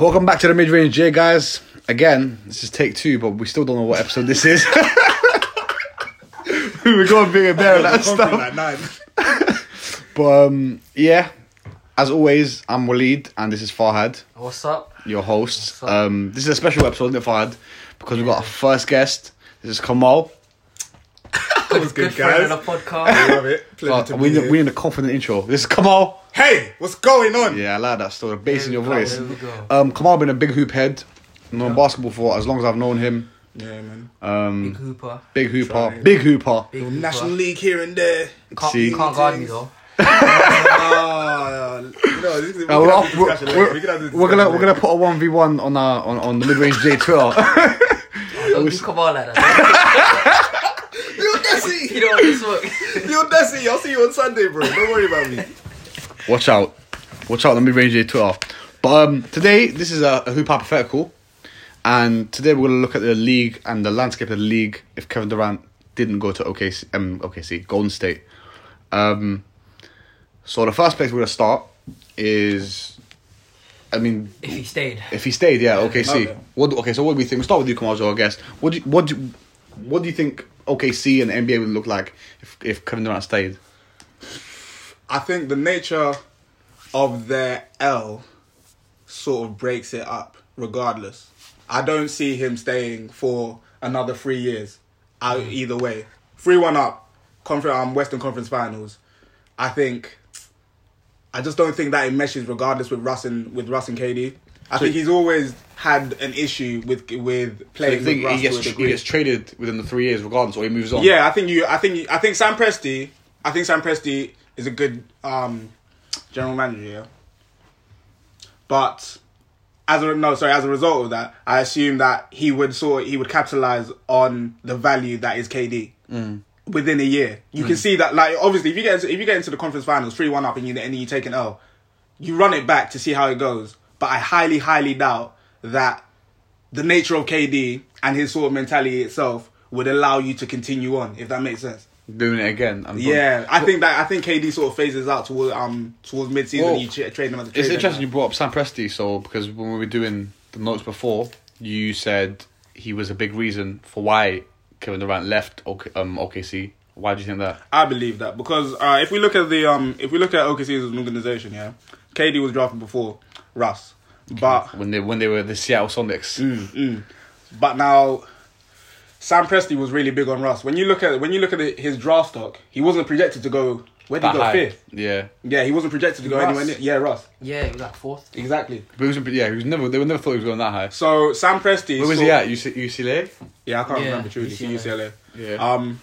Welcome back to the mid range, J guys. Again, this is take two, but we still don't know what episode this is. We're going bigger, better, that stuff. Like nine. But um, yeah, as always, I'm Waleed, and this is Farhad, What's up? your host. What's up? Um, this is a special episode, isn't it, Farhad? Because we've got our first guest. This is Kamal. That was Good, good, friend of guys. the podcast. Love it. Pleasure Uh, to we, be need, here. we need a confident intro. This is Kamal. Hey, what's going on? Yeah, I like that still. The bass in your Here we go, voice. here we go. Um, Kamal been a big hoop head. Known basketball for as long as I've known him. Yeah, man. Big Hooper. Big hooper. Trying. Big hooper. Big Hooper. National League here and there. Can't, See. can't guard me though. Ah, you know, this is- we Uh, can we're, have off, this we're, discussion later. we're, We can have this we're gonna discussion we're gonna put a one v one on our on, on the mid range J Twitter. Don't do Kamal like that. later. you don't want this work. Yo, Desi! Yo, Desi! I'll see you on Sunday, bro. Don't worry about me. Watch out, watch out on the mid range J Twitter. But um, today this is a, a hoop hypothetical, and today we're gonna look at the league and the landscape of the league if Kevin Durant didn't go to OKC, um, OKC Golden State. Um, so the first place we're gonna start is, I mean, if he stayed. If he stayed, yeah, OKC. Okay. What? Okay, so what do we think? We'll start with you, Kamajo, I guess. What do you, what do you, what do you think OKC and NBA would look like if if Kevin Durant stayed? I think the nature of their L sort of breaks it up, regardless. I don't see him staying for another three years. I, Either way, three-one up, conference, um, Western Conference Finals. I think. I just don't think that it meshes, regardless with Russ and with Russ and KD. I think he's always had an issue with with Do playing you think with Russ he gets to a tr- he degree. gets traded within the three years, regardless, or he moves on? Yeah, I think you. I think you, I think Sam Presti. I think Sam Presti is a good um, general manager. Yeah? But as a no, sorry, as a result of that, I assume that he would sort he would capitalize on the value that is KD. Within a year, you can see that. Like obviously, if you get into, if you get into the conference finals, three one up, and you and you take an L, you run it back to see how it goes. But I highly, highly doubt that the nature of KD and his sort of mentality itself would allow you to continue on, if that makes sense. doing it again. and- Yeah, I think that I think KD sort of phases out towards um towards mid season. Well, you tra- trade him as a trade. It's interesting deadline. you brought up Sam Presti, so because when we were doing the notes before, you said he was a big reason for why Kevin Durant left OK, um, OKC. Why do you think that? I believe that because uh, if we look at the um if we look at OKC as an organization, yeah, KD was drafted before Russ, but When they when they were the Seattle Sonics, But now, Sam Presti was really big on Russ. When you look at when you look at the, his draft stock, he wasn't projected to go. Where did that he go high. fifth? yeah. Yeah, he wasn't projected to go Russ. anywhere near. Yeah, Russ. Yeah, he was like fourth. Exactly. But he was, yeah, he was never. They were never thought he was going that high. So Sam Presti. Where was sort- he at? UC, UCLA. Yeah, I can't Yeah, remember truly. UCLA. UCLA. Yeah. Um.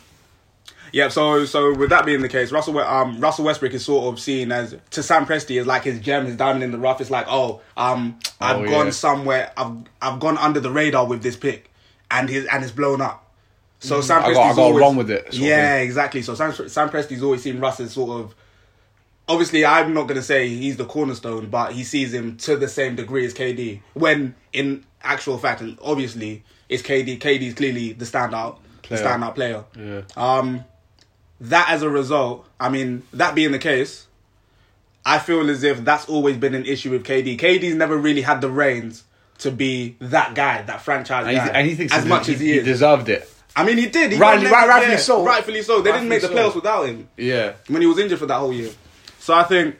Yeah. So so with that being the case, Russell We- um Russell Westbrook is sort of seen as to Sam Presti is like his gem, his diamond in the rough. It's like oh um I've Oh, gone yeah. somewhere, I've I've gone under the radar with this pick, and his and it's blown up. So Sam I Presti's got- I got always wrong with it, sort of yeah, exactly. So Sam Sam Presti's always seen Russ as sort of. Obviously, I'm not going to say he's the cornerstone, but he sees him to the same degree as KD. When in actual fact, and obviously, it's KD. KD's clearly the standout, Player. the standout player. Yeah. Um, that as a result, I mean, that being the case, I feel as if that's always been an issue with KD. KD's never really had the reins to be that guy, that franchise And, guy, he, and he thinks as he- much he, as he, is. deserved it. I mean, he did. He Rightly- got named- right- rightfully yeah, so. Rightfully so. They didn't make the Rightfully so. playoffs without him Yeah. when he was injured for that whole year. So I think,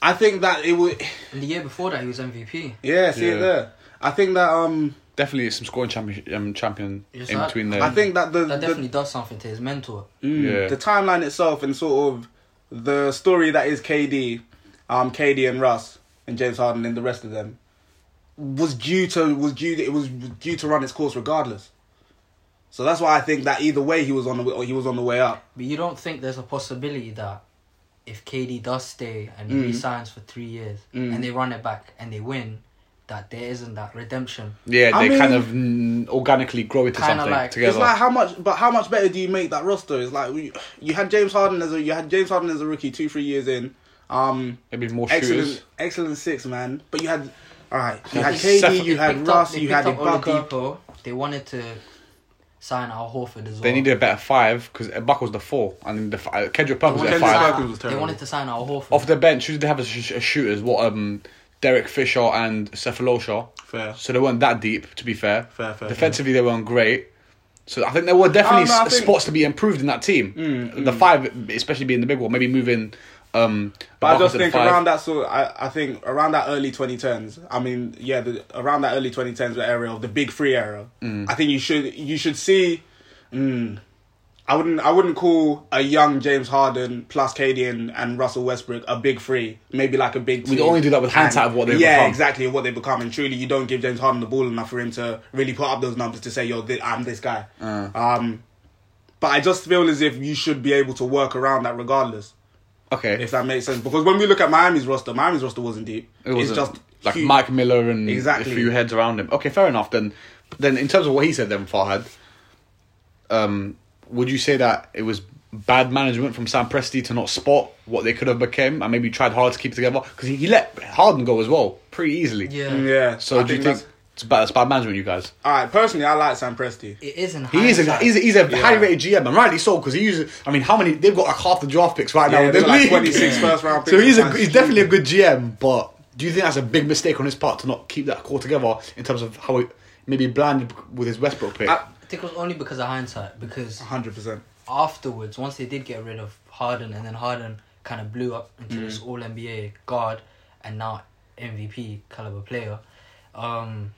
I think that it would. And the year before that, he was MVP. Yeah, see Yeah. it there. I think that um, Definitely some scoring champion, um, champion Yes, in I- between there. I think that the That the- definitely does something to his mentor. Yeah. Mm, the timeline itself and sort of the story that is KD, um, KD and Russ and James Harden and the rest of them was due to was due it was due to run its course regardless. So that's why I think that either way he was on the he was on the way up. But you don't think there's a possibility that if KD does stay and he resigns for three years and they run it back and they win, that there isn't that redemption. yeah, I they kind mean- of mm, organically grow into Kinda something like- it's together. It's like how much, but how much better do you make that roster? It's like we- you had James Harden as a you had James Harden as a rookie two three years in. Um, Maybe more shooters. excellent, excellent six man. But you had all right. You had They KD, suffered- you They had picked Russ, they you had picked up Ibaka. Oladipo. They wanted to sign Al Horford as well. They needed a better five because Ibaka was the four and the f- uh, Kendrick Perkins was the Kendrick wanted to five. Perkins sign- was they terrible. wanted to sign Al Horford. Off the bench, who did they have as sh- as shooters? What um, Derek Fisher and Cephalosha. Fair. So they weren't that deep, to be fair. Fair, fair, Defensively, they weren't great. So I think there were definitely Oh, no, I s- think- spots to be improved in that team. Mm, the five, especially being the big one, maybe moving. Um, But I Ibaka just to the think five. around that sort, I, I think around that early 2010s. I mean, yeah, the, around that early 2010s era of the big three era. Mm. I think you should you should see. Mm, I wouldn't I wouldn't call a young James Harden plus KD and, and Russell Westbrook a big three. Maybe like a big. We'd only do that with hindsight of what they've yeah, become. exactly what they become. And truly, you don't give James Harden the ball enough for him to really put up those numbers to say, "Yo, thi- I'm this guy." Uh. Um, but I just feel as if you should be able to work around that regardless Okay. if that makes sense. Because when we look at Miami's roster, Miami's roster wasn't deep. It was it's just like huge. Mike Miller and Exactly. a few heads around him. Okay, fair enough. Then, then in terms of what he said, then Farhad, um, would you say that it was bad management from Sam Presti to not spot what they could have become and maybe tried hard to keep it together because he, he let Harden go as well pretty easily. Yeah. Mm, Yeah. So I do you think that's- it's bad? That's bad management, you guys. All right. Personally, I like Sam Presti. It is in He is a hindsight. he's a, he's a Yeah. highly rated GM and rightly so because he uses. I mean, how many they've got like half the draft picks right now. Yeah, in they're the like league. 26 first round So picks. he's a, That's he's definitely a good GM, but do you think that's a big mistake on his part to not keep that core together in terms of how he maybe blinded with his Westbrook pick? I- I think it was only because of hindsight. Because 100. percent afterwards, once they did get rid of Harden, and then Harden kind of blew up into this Mm. All NBA guard and now MVP caliber player, um,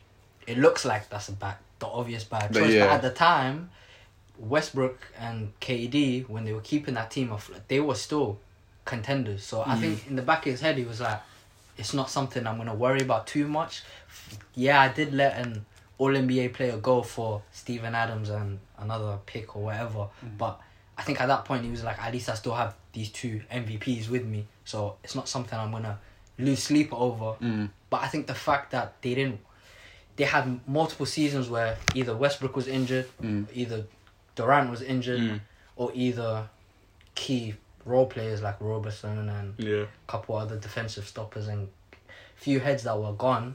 it looks like that's a bad, the obvious bad But choice. But yeah. at the time, Westbrook and KD, when they were keeping that team afloat, they were still contenders. So I think in the back of his head, he was like, "It's not something I'm gonna worry about too much." Yeah, I did let an All NBA player go for Steven Adams and another pick or whatever, but I think at that point he was like, "At least I still have these two MVPs with me, so it's not something I'm gonna lose sleep over." But I think the fact that they didn't they had multiple seasons where either Westbrook was injured, either Durant was injured, Mm. or either key role players like Robertson and Yeah. a couple other defensive stoppers and few heads that were gone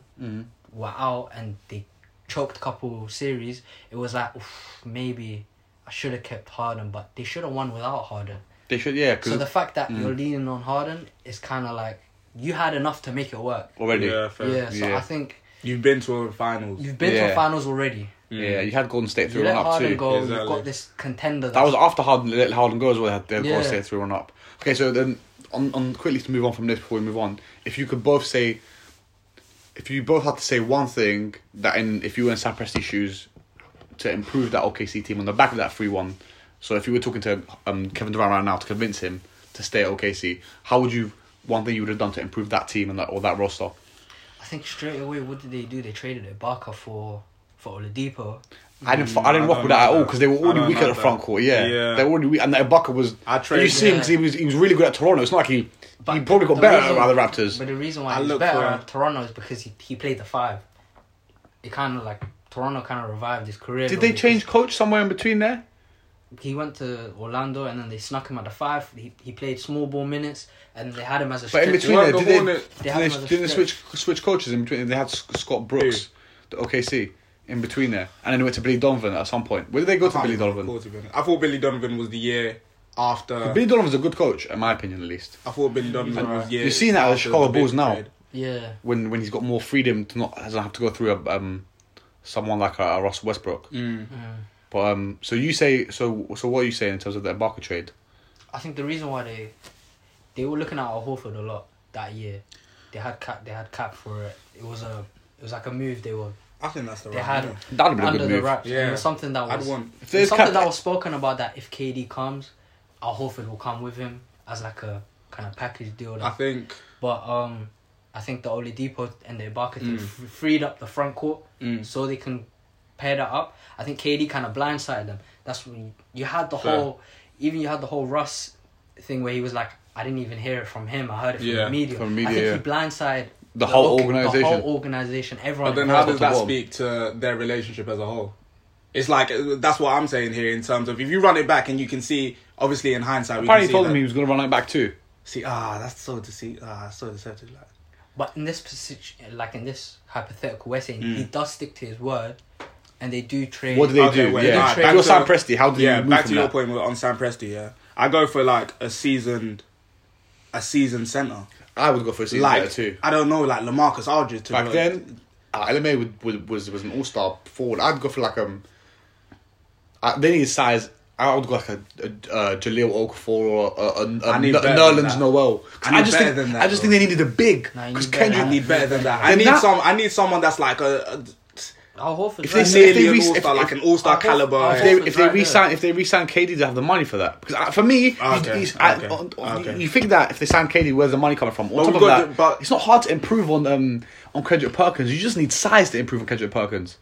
were out and they choked a couple series. It was like "Oof, maybe I should have kept Harden, but they should have won without Harden. they should, yeah, because So the fact that you're leaning on Harden is kind of like you had enough to make it work. already, Yeah. yeah. Fair. Yeah, so Yeah. I think You've been to a finals. you've been to Yeah. a finals already. you had Golden State You through let one up Harden too. go. You've Exactly. got this contender. That was that's- after Harden let Harden go as well. They had Yeah. Golden State three one up. Okay, so then on on quickly to move on from this before we move on, if you could both say, if you both had to say one thing that in if you were in Sam Presti's shoes to improve that OKC team on the back of that three one, so if you were talking to um, Kevin Durant right now to convince him to stay at OKC, how would you one thing you would have done to improve that team and that or that roster? I think straight away. What did they do? They traded Ibaka for for Oladipo. I didn't, f I didn't Mm, rock I don't with that at know all that. because they were I already don't weak at know the that. front court. Yeah, Yeah. they were already weak, and that Ibaka was. I you trade- see him 'cause he was he was really good at Toronto. It's not like he he probably got the better reason- at the Raptors. But the reason why I he was look better for- at Toronto is because he, he played the five. It kind of like Toronto kind of revived his career. Did though, they because change coach somewhere in between there? He went to Orlando and then they snuck him at the five. He, he played small ball minutes and they had him as a. But in strip- between Well, there, the did they, Hornet- did They had they, another did they stretch. switch switch coaches in between? They had S- Scott Brooks, the OKC, in between there, and then they went to Billy Donovan at some point. Where did they go I to can't Billy even Donovan? recall, to be honest. I thought Billy Donovan was the year after. Billy Donovan's a good coach, in my opinion, at least. I thought Billy Donovan was year. You've seen that with after Chicago the big Bulls now. trade. Yeah. When when he's got more freedom to not doesn't have to go through a, um someone like a, a Russell Westbrook. But um, so you say so so what are you saying in terms of the Ibaka trade? I think the reason why they they were looking at Al Horford a lot that year. They had cap. They had cap for it. It was a. It was like a move they were. I think that's the They right. had move. That'd have been a under good the move. wraps. Yeah. It was something that I'd was. want- If If there's there's something cap- that was spoken about that if KD comes, Al Horford will come with him as like a kind of package deal. I Like, think. but um, I think the Oladipo and the Ibaka thing Mm. f- freed up the front court so they can pair that up. I think KD kind of blindsided them. That's when you, you had the Fair. whole, even you had the whole Russ thing where he was like, I didn't even hear it from him. I heard it from Yeah, the media. from the I media, think he blindsided The whole org- The organisation. whole organization. Everyone. But then, how involved. does that Bottom. speak to their relationship as a whole? It's like uh, that's what I'm saying here in terms of if you run it back and you can see, obviously in hindsight, we can Apparently, see he told him that- he was going to run it back too. See, ah, that's so dece- ah, that's so deceptive. Like, But in this position, like in this hypothetical, we're saying he does stick to his word, and they do trade. Mm. What do they Okay, do? wait, yeah, alright, if back you're to- Sam Presti. How do yeah, you move back from to your that? point with- on Sam Presti. Yeah, I go for like a seasoned, a seasoned center. I would go for a season Like there too. I don't know, like Lamarcus Aldridge. To Back be honest. then, uh, LMA would, would, was was an all star forward. I'd go for like um. Uh, they need size. I would go like a, a, a Jaleel Okafor or a, a, a, I need N- better Nerlens than that. Noel. 'Cause I need I just better think than that, I just bro. think they needed a big Nah, you because need better Kendrick I need better than that. I Then need that- some. I need someone that's like a, Al Horford. If a they right? say- nearly an Oh, re- all star, if- like an all star if- caliber. if if they Horford's if they right there. resign if they resign KD, they have the money for that. Because I- for me, he's- Ah, Okay, he's- I- okay, on- on- okay. you think that if they sign KD, where's the money coming from? On But top we've of got that, the- but- it's not hard to improve on um, on Kendrick Perkins. You just need size to improve on Kendrick Perkins.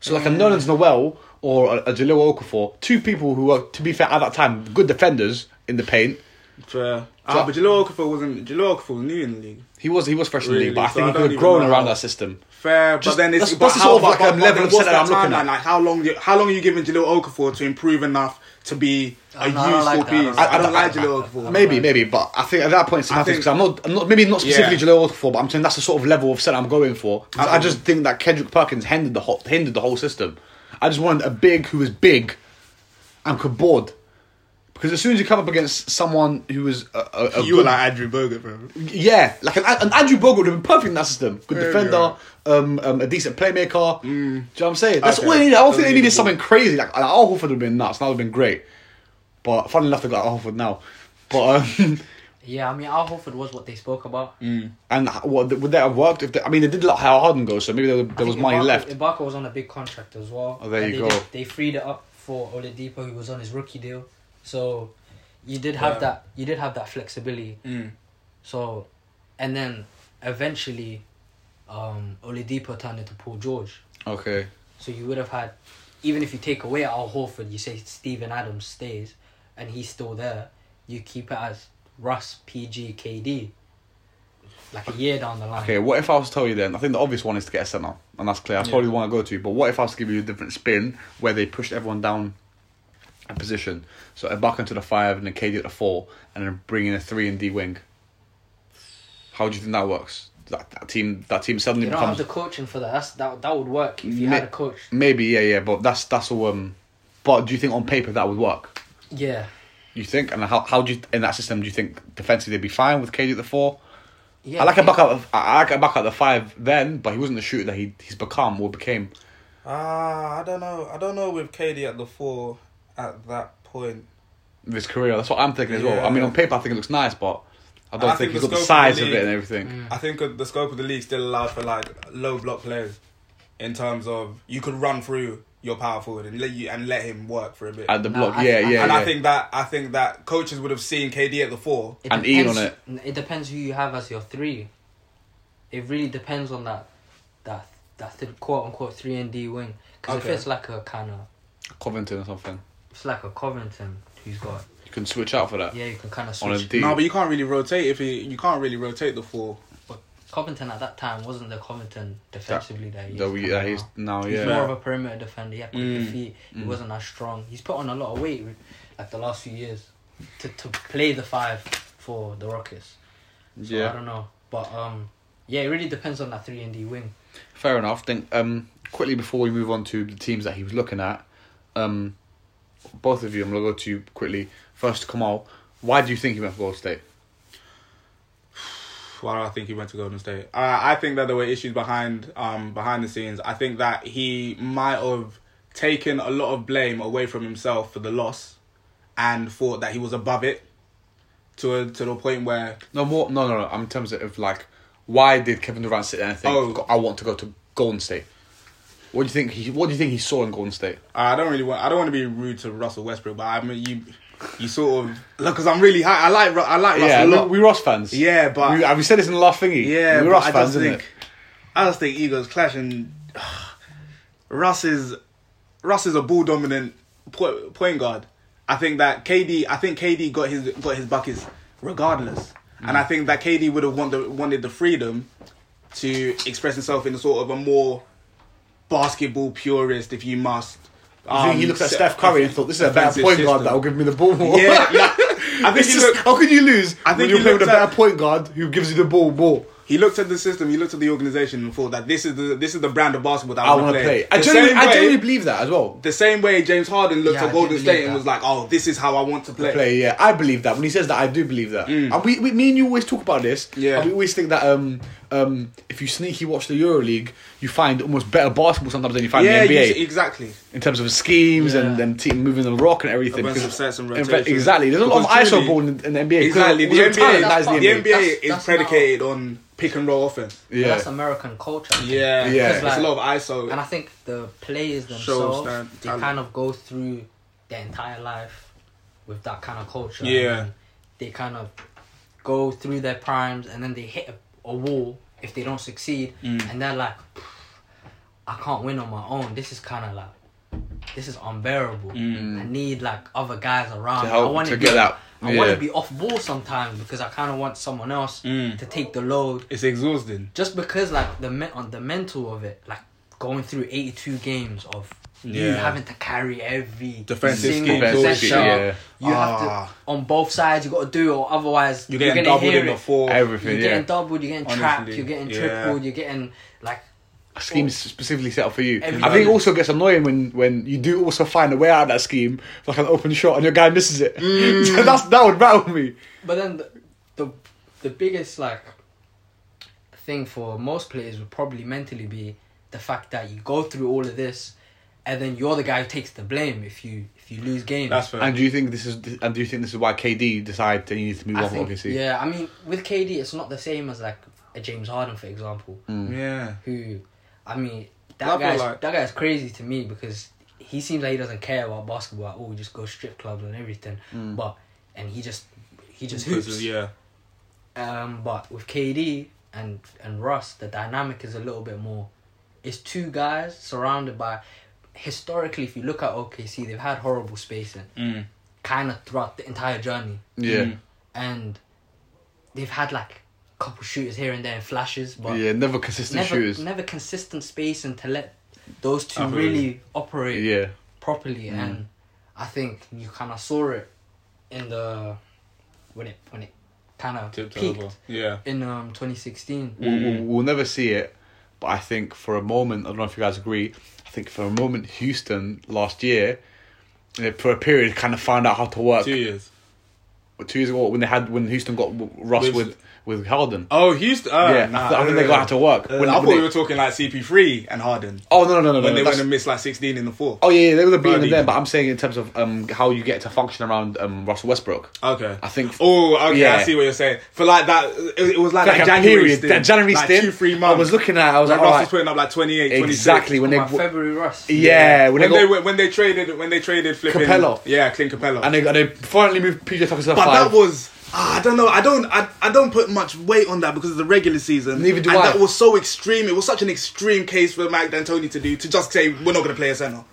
So Mm. like a Nolan's Noel or a, a Jaleel Okafor, two people who are, to be fair, at that time, good defenders in the paint. Fair. Ah, but Jaleel Okafor wasn't. Jaleel Okafor was new in the league. He was he was fresh in the Really? league, but I So I think don't he could have even grown know. around that system. Fair, Just- but then it's that's- but that's the how sort of about like, but, um, but level then of what's set that that I'm looking timeline? at? Like how long? You, how long are you giving Jaleel Okafor to improve enough to be Oh, a no, I don't useful like that. I don't piece? like I don't that. like Jaleel Okafor. Maybe, maybe, but I think at that point it's I semantics think- because I'm not, I'm not, maybe not specifically Yeah. Jaleel Okafor, but I'm saying that's the sort of level of set I'm going for. 'Cause I think- just think that Kendrick Perkins hindered the whole, hindered the whole system. I just wanted a big who was big, and could board. Because as soon as you come up against someone who was a, a, a You were good- like Andrew Berger, bro. yeah, like an, an Andrew Bogut would have been perfect in that system. Good Yeah, defender, um, um, a decent playmaker. Do you know what I'm saying? That's Mm. Okay. all they needed. I don't think Don't they need needed the something crazy. Like Al Horford would have been nuts. That would have been great. But funnily enough, they got Al Horford now. But um, Yeah, I mean, Al Horford was what they spoke about. and h- what would that have worked? If they, I mean, they did let how Harden go, so maybe there, I there was think money Ibaka- left. Ibaka was on a big contract as well. Oh, there and you they go. did- they freed it up for Oladipo, who was on his rookie deal. So you did have Yeah. that. You did have that flexibility. Mm. So, and then eventually, um, Oladipo turned into Paul George. Okay, So you would have had, even if you take away Al Horford, you say Steven Adams stays, and he's still there. You keep it as Russ, PG, KD. Like a year down the line. okay. What if I was to tell you then? I think the obvious one is to get a center, and that's clear. That's probably the one I go to. But what if I was to give you a different spin where they pushed everyone down a position? So Ibaka to the five, and then KD at the four, and then bring in a three and D wing. How do you think that works? That, that team, that team suddenly You don't have becomes the coaching for that. That's, that that would work if you Ma- had a coach. maybe yeah, yeah. But that's that's all. Um, but do you think on paper that would work? Yeah, You think, and how how do you in that system? Do you think defensively they'd be fine with KD at the four? yeah. I like I him think- back out. I like him back out the five then, but he wasn't the shooter that he he's become or became. Ah, I don't know. I don't know with KD at the four at that point. in His career. That's what I'm thinking as well. I mean, Yeah. on paper, I think it looks nice, but I don't I think, think he's the got the scope of the size of, it league- Mm. and everything. I think the scope of the league still allowed for like low block players, in terms of you could run through your power forward and let you and let him work for a bit. At the No, block, I- yeah, I- yeah, yeah. and I think that I think that coaches would have seen KD at the four. It I'm in E on depends- It depends who you have as your three. It really depends on that, that that th- quote unquote three and D wing. Because Okay. if it's like a kind of, Covington or something. it's like a Covington who's got You can switch out for that yeah, you can kind of on a switch. D. No, but you can't really rotate if he, you can't really rotate the four. But Covington at that time wasn't the Covington defensively that, he is that we, kinda that he's now. now, He's yeah. more of a perimeter defender. He had quicker Mm. feet. He wasn't as strong. He's put on a lot of weight re- like the last few years to to play the five for the Rockets. So I yeah. don't know, but um, yeah, it really depends on that three and D wing. Fair enough. Think um quickly before we move on to the teams that he was looking at, um, both of you, I'm gonna go to you quickly. First, Kamal, why do you think he went for Gold State? Why do I think he went to Golden State? I, I think that there were issues behind um behind the scenes. I think that he might have taken a lot of blame away from himself for the loss, and thought that he was above it, to a, to the point where No more. No, no, no. I'm in terms of like, why did Kevin Durant sit there and think, Oh. I want to go to Golden State? What do you think? He, what do you think he saw in Golden State? I don't really want. I don't want to be rude to Russell Westbrook, but I mean you, you sort of look because I'm really high. I like Ru- I like Russell yeah, a lot. we, we Ross fans. Yeah, but- we, we said this in the last thingy. yeah, we but Ross I fans, just isn't think I just think egos clash and Russ is Russ is a ball dominant po- point guard. I think that KD. I think KD got his got his buckets regardless, Mm. and I think that KD would have wanted wanted the freedom to express himself in a sort of a more basketball purist, if you must. I think he um, looked at se- Steph Curry and thought, "This is a better offensive point guard system." that will give me the ball more." Yeah, yeah. I think It's he just- looked. how could you lose? I I think think when you're he playing with a looked better at- point guard who gives you the ball more. He looked at the system, he looked at the organization, and thought that this is the this is the brand of basketball that I want to play. I The genuinely, same I way- genuinely believe that as well. the same way James Harden looked Yeah, I at do Golden believe State and that. was like, "Oh, this is how I want to play." play. Yeah, I believe that. When he says that, I do believe that. And we, we, me and you always talk about this. Mm. Yeah. And we always think that um um if you sneaky watch the EuroLeague, you find almost better basketball sometimes than you find Yeah, in the you NBA s- exactly. in terms of schemes and Yeah. them team moving the rock and everything. A bunch because- of sets and in fact, rotation. exactly. There's a lot of Because ISO truly- ball in, in the NBA. because Exactly. The there's a talent NBA, that is the that's NBA. NBA That's- is that's predicated on pick and roll offense. But Yeah. That's American culture. Yeah, Yeah. It's a lot of ISO. And I think the players Shows themselves, that they talent. kind of go through their entire life with that kind of culture. Yeah. And they kind of go through their primes and then they hit a, a wall if they don't succeed. Mm. And they're like, I can't win on my own. This is kind of like, this is unbearable. I need like other guys around. Mm. To help- I wanna to be- get out. I Yeah. want to be off ball sometimes because I kind of want someone else Mm. to take the load it's exhausting. just because like the me- on the mental of it, like going through eighty two games of you Yeah. having to carry every Defensive single schemes, all possession. shit, yeah. You have Ah. to on both sides. You got to do it, or otherwise You're you're, getting gonna doubled hear in it. the four. Everything, You're yeah. getting doubled. You're getting trapped. Honestly, You're getting yeah. tripled. You're getting like scheme specifically set up for you. Every I think time. it also gets annoying when when you do also find a way out of that scheme, like an open shot, and your guy misses it. Mm. That's that would rattle me. But then the, the the biggest like thing for most players would probably mentally be the fact that you go through all of this, and then you're the guy who takes the blame if you if you lose games. That's fair. And do you think this is? And do you think this is why KD decided that he needs to move I on from think, OKC? yeah, I mean, with KD, it's not the same as like a James Harden, for example, Mm. yeah. who, I mean, I feel that guy's like- that guy's crazy to me because he seems like he doesn't care about basketball at all. He just goes strip clubs and everything, but and he just he just hoops. Yeah. Um, but with KD and and Russ, the dynamic is a little bit more. It's two guys surrounded by. Historically, if you look at OKC, they've had horrible spacing, Mm. kind of throughout the entire journey yeah. Mm. and they've had like a couple shooters here and there and flashes, but yeah, never consistent never shooters. never consistent space and to let those two Absolutely. Mm. really operate Yeah, properly. And I think you kind of saw it in the when it when it kind of Tipped peaked over. Yeah. in um 2016. we'll, Mm. we'll, we'll never see it. But I think for a moment, I don't know if you guys agree. I think for a moment, Houston last year, eh, for a period, kind of found out how to work. Two years. Two years ago, when they had when Houston got w- Russ With- with with Harden. Oh, Houston. Uh, yeah, nah, I, th- I think they uh, got how to work. uh, When- I when thought they- we were talking like CP3 and Harden Oh no no no no! when no, they went that's- and missed like 16 in the fourth. oh yeah, yeah, they would have beaten Birdie. them. But I'm saying in terms of um how you get to function around um Russell Westbrook. Okay. I think. Oh, okay. I Yeah. see what you're saying. For like that, it, it was like, like that a January period, stint, that January like stint. two, three I months. was looking at, it, I was like like, Russell's alright, putting up like 28, 26. exactly when they Come on, February Russ. yeah when, Oh, When, they, they, got, went- when they traded when they traded flipping Capella. Yeah, Clint Capella. and they and they finally moved PJ Tucker to the but five. that was ah, I don't know. I don't I, I don't put much weight on that because of the regular season. Neither do and I. that was so extreme. It was such an extreme case for Mike D'Antoni to do to just say we're not going to play a center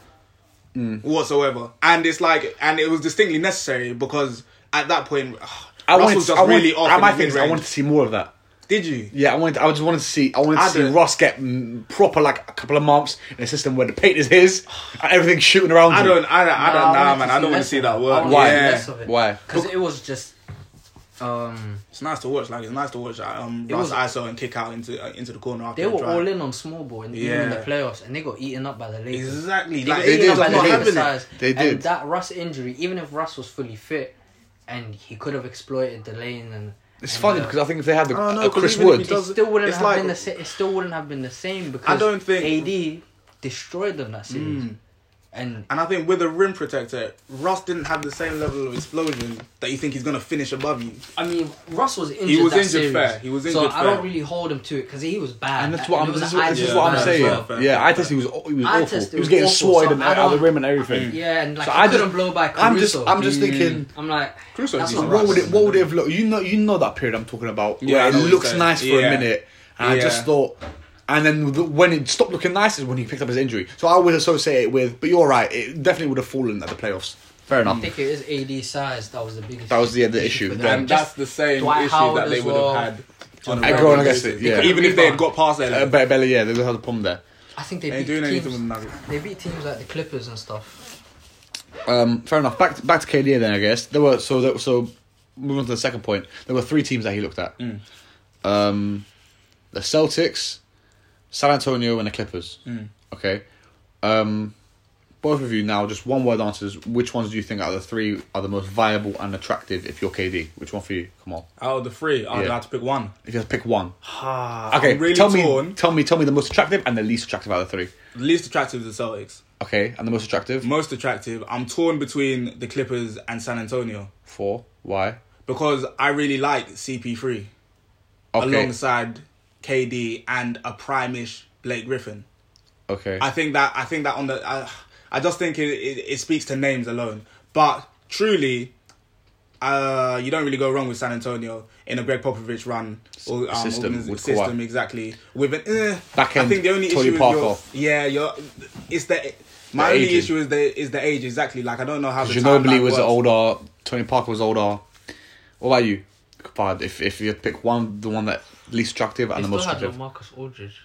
Hmm. whatsoever. And it's like and it was distinctly necessary because at that point ah, I wanted, Russell's to- just I wanted, really off. I, in might the think- I mid-range. wanted to see more of that. Did you? Yeah, I wanted. I just wanted to see. I wanted to I see don't- Russ get mm, proper like a couple of months in a system where the paint is his and everything's shooting around. I him. don't. I don't. I Nah, don't. Nah, wanted man. I don't want to less see of that it. work. I wanted Yeah. less of it. Why? Because it was just, um, It's nice to watch. Like it's nice to watch. Um, It Russ was- ISO and kick out into uh, into the corner after they the were drive. all in on small ball, and even in the Yeah. playoffs, and they got eaten up by the Lakers. Exactly. They Like got they did, eaten did. up by Like they the not did. having Lakers. it. size. They did. And that Russ injury, even if Russ was fully fit, and he could have exploited the lane and. It's and funny the- because I think if they had the, I don't know, uh, 'cause Chris even if he Wood, does- it still wouldn't it's have like- been the same. It still wouldn't have been the same because don't think- AD destroyed them that series, Mm. and And I think with a rim protector, Russ didn't have the same level of explosion that you think he's gonna finish above you. I mean, Russ was injured. was that injured series, fair. He was So injured I don't fair. really hold him to it because he was bad. and that's what it I'm. was This is an what, eye this is test yeah, what I'm as saying. well. fair, yeah, fair, I fair. tested. He was. He was Eye awful. test, it he was was getting awful, swatted so and I out of the don't- rim and everything. Yeah, and like So he I couldn't just- blow by Caruso. Mm. I'm just. I'm just thinking. I'm like, Crusoe's that's decent. what What Russ would it? is. What would it have looked? You know, you know that period I'm talking about Yeah, I where it know what you're looks saying. nice for Yeah. a minute, and I Yeah. just thought. And then the, when it stopped looking nice is when he picked up his injury. So I would associate it with. But you're right. It definitely would have fallen at the playoffs. Fair I enough. think it is AD size that was the biggest. That was the other issue. Mm. for them. And Just that's the same Dwight issue Howard that they as would well. have had on a I go regular on against basis. it, yeah. Even if they had got past that, Uh, level. Be- Bella, yeah, they had a problem there. I think they They beat ain't doing teams. anything with Nuggets. They beat teams like the Clippers and stuff. Um, fair enough. Back to, back to KD then, I guess. There were Mm. so there, so moving on to the second point. There were three teams that he looked at. Um, the Celtics, San Antonio, and the Clippers. Mm. Okay, um, both of you now just one word answers. Which ones do you think out of the three are the most viable and attractive? If you're KD, which one for you? Come on, Out of the three, I'd Yeah. have to pick one. if you have to pick one. Ah, Okay, really tell me, torn. tell me, tell me the most attractive and the least attractive out of the three. The least attractive is the Celtics. Okay, and the most attractive Most attractive, I'm torn between the Clippers and San Antonio four. Why? because I really like CP3 Okay, alongside KD and a primish Blake Griffin. okay. I think that I think that on the I, I just think it, it it speaks to names alone. But truly, uh, you don't really go wrong with San Antonio in a Greg Popovich run or um, System organis- with Kawhi. system exactly with an eh, Back I end, think the only Tony issue Parker. is your, yeah, your it's the my The only aging. issue is the is the age exactly. Like I don't know how the Ginobili timeline was works. older. Tony Parker was older. What about you, Kapad? If if you had to pick one, the one that least attractive and they the still most had attractive, LaMarcus Aldridge.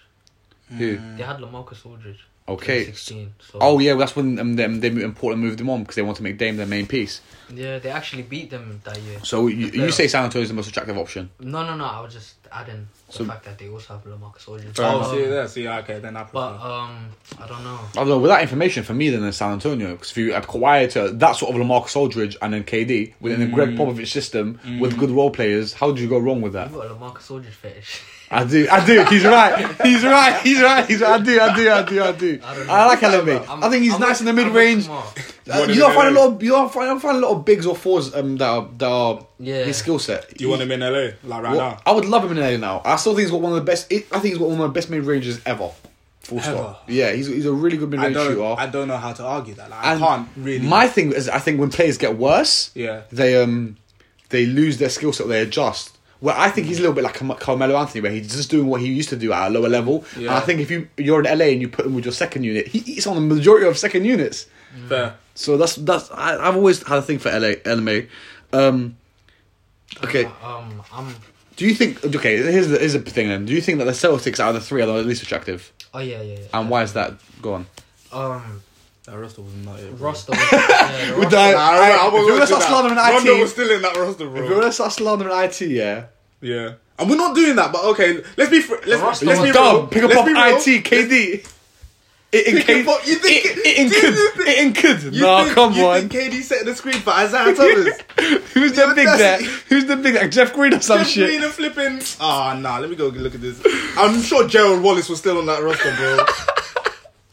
who? They had LaMarcus Aldridge. Okay. 16, so Oh yeah, well, that's when um, them they important moved him on because they want to make Dame their main piece. yeah, they actually beat them that year. So you, you Yeah. say San Antonio's the most attractive option? No, no, no. I was just adding the So- fact that they also have LaMarcus Aldridge. Um, Fair enough. Oh, see there, see okay, then I prefer. But um, I don't know. Although with that information for me, then it's San Antonio because if you add Kawhi to that sort of LaMarcus Aldridge and then KD within the Greg Popovich system with good role players, how do you go wrong with that? You got a LaMarcus Aldridge fetish. I do, I do. He's right. He's right. He's right. He's right. I do, I do, I do, I do. I, don't know. like LMA. I'm- I think he's I'm nice with- in the I'm mid with range. Kumar. You Uh, want you him don't in find a LA? lot. Of, you don't find, you don't find a lot of bigs or fours um, that are that are Yeah. his skill set. you want him in LA like right Well, now? I would love him in LA now. I still think he's got one of the best. I think he's got one of the best mid ranges ever. Full stop. Yeah, he's, he's a really good mid I range don't. shooter. I don't know how to argue that. Like, I And can't really. My thing is, I think when players get worse, Yeah. they um they lose their skill set. They adjust. Well, I think he's a little bit like Carm- Carmelo Anthony, where he's just doing what he used to do at a lower level. And Yeah. I think if you you're in LA and you put him with your second unit, he eats on the majority of second units. fair. So that's that's I, I've always had a thing for LA LMA. Um, okay, Um, I'm. do you think? Okay, here's the, here's the thing then. Do you think that the Celtics out of the three are the least attractive, Oh yeah, yeah. yeah. and why is that? Go on. Um, That roster was not it. bro. roster. yeah, the roster- Nah, I, I wasn't if you're gonna watching start that. slandering Rondo was IT, still in that roster, if you're bro. gonna start slandering IT, yeah. Yeah, and we're not doing that. But okay, let's be fr- let's, let's roster be was real. Dub, pick up let's off be real. IT, KD. It in Pick K- him up. You think- it- it in do could, you think- it in could. You Nah, think- come you on. Think KD set the screen for Isaiah Thomas. Who's the big that's- there? Who's the big there? Jeff Green or some Jeff shit? Green and flipping. Ah, nah. Let me go look at this. I'm sure Gerald Wallace was still on that roster, bro.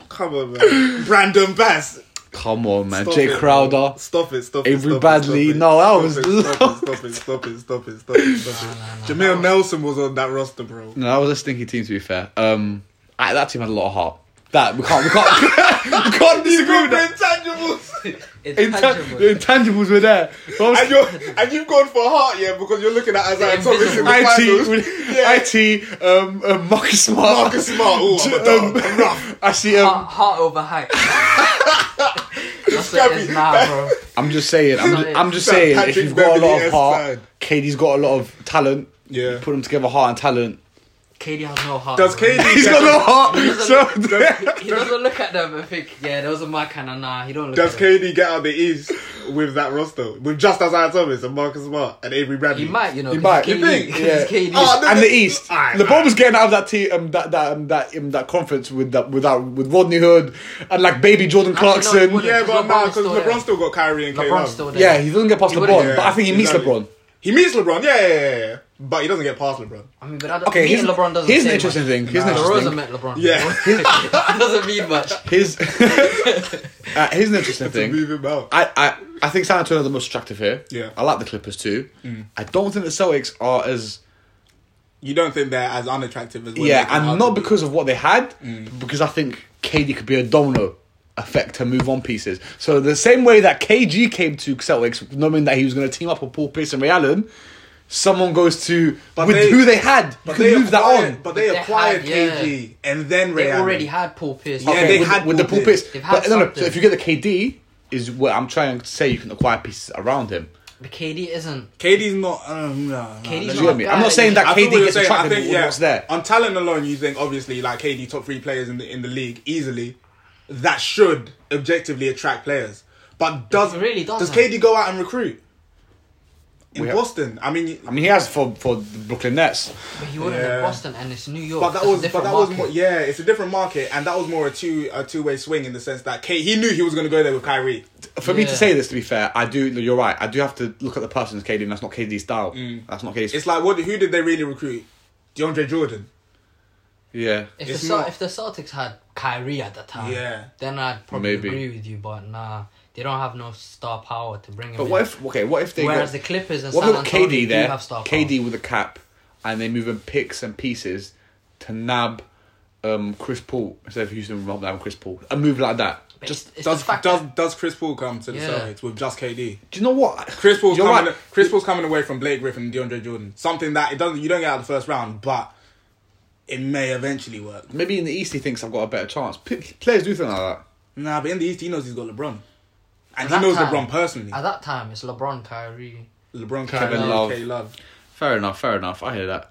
Come on, man. Brandon Bass. Come on, man. Stop Jay it, Crowder. bro. Stop it, stop it. Avery stop it, Bradley. stop it. No, that Stop was it, Stop it, stop it, stop it, stop it, stop it. Jamil Nelson was on that roster, bro. No, that was a stinky team. To be fair, um, I, that team had a lot of heart. That we can't, we can't, we can't disagree with that. intangibles. It's Intan- tangible. the intangibles were there. What was- and, you're, and you've gone for heart, yeah, because you're looking at Isaiah The Thomas in invisible. the IT, finals. with- IT, Yeah. um, um, Marcus Smart. Marcus Smart. Ooh, I'm a Um, dog. I'm rough. I see. Um, Heart, heart over height. That's what it is now, bro. I'm just saying. I'm just, I'm just Sam saying. Patrick if you've got a Beverly lot of S heart, side. KD's got a lot of talent. Yeah. You put them together, heart and talent. KD has no heart. Does bro. KD He's get- got no heart. So He doesn't look at them and think, yeah, those are my kind of nah. He don't look. does at them. KD get out the East with that roster? With just Isaiah Thomas and Marcus Smart and Avery Bradley? He might, you know. He 'cause might. he's You KD, think? he's Yeah. KD. Ah, and the East. Alright, Oh, LeBron was getting out of that team, um, that that um, that um, that conference with that with that with Rodney Hood and like baby Jordan Actually, no, he Clarkson. wouldn't. Yeah, but LeBron's nah, because still there. LeBron still got Kyrie and LeBron's K-Love. still there. yeah, he doesn't get past He LeBron, wouldn't. but I think he meets exactly. LeBron. He meets LeBron, yeah, yeah, yeah, yeah. But he doesn't get past LeBron. I mean, but I Okay, don't, okay, me here's, and LeBron doesn't. here's an say interesting much. thing. Here's an Nah, interesting Rosa thing. met LeBron. Yeah. it doesn't mean much. Here's, uh, here's an interesting To thing. move him out. I, I, I think San Antonio are the most attractive here. Yeah. Mm. I like the Clippers too. I don't think the Celtics are as You don't think they're as unattractive as well? yeah, and not because of what they had, Mm. because I think KD could be a domino effect to move on pieces. So the same way that KG came to Celtics, knowing that he was going to team up with Paul Pierce and Ray Allen, someone goes to But with they- who they had, you But can they move acquired, that on. But they They acquired had, yeah. KG and then Ray They Allen. already had Paul Pierce. Yeah, they with, had with the Paul Paul Pierce. Pierce. They've But had no, no, so something. if you get the KD, is what I'm trying to say. You can acquire pieces around him. But KD isn't. KD's not. Um, nah, nah, KD's Do you let me- get me? I'm Yeah, not saying that I feel KD what you're gets saying. I attracted think with yeah. what's there. On talent alone, you think obviously like KD top three players in the in the league easily. That should objectively attract players, but does really does doesn't. KD go out and recruit? in We have- Boston. I mean, I mean, he has for for the Brooklyn Nets. But he wasn't Yeah. in Boston, and it's New York. but that It's a was but different that was market. more, yeah, it's a different market, and that was more a two a two way swing in the sense that Kate he knew he was going to go there with Kyrie. For me to Yeah. say this, to be fair, I do. You're right. I do have to look at the person as KD, and that's not KD's style. Mm. That's not KD's. It's like what who did they really recruit? DeAndre Jordan. yeah, If It's the Cel- not- if the Celtics had Kyrie at that time, Yeah. then I'd probably Maybe. agree with you. But nah, they don't have no star power to bring him. but in. what if? Okay, what if they? Whereas got, the Clippers and what San if they got Antonio KD do there? have star power. KD with a cap, and they move in picks and pieces to nab um, Chris Paul instead of Houston rob down Chris Paul. A move like that. But Just it's, it's does the fact does that- does Chris Paul come to the Yeah. Celtics with just KD? do you know what? Chris Paul's You're coming. right. Chris Paul's coming away from Blake Griffin, and DeAndre Jordan. Something that it doesn't. You don't get out of the first round, but it may eventually work. Maybe in the East he thinks I've got a better chance. P- players do think like that. Nah, but in the East, he knows he's got LeBron, and he that knows time- LeBron personally. at that time it's LeBron, Kyrie, LeBron, Kevin Kevin Love, Love. K Love. Fair enough. Fair enough. I hear that.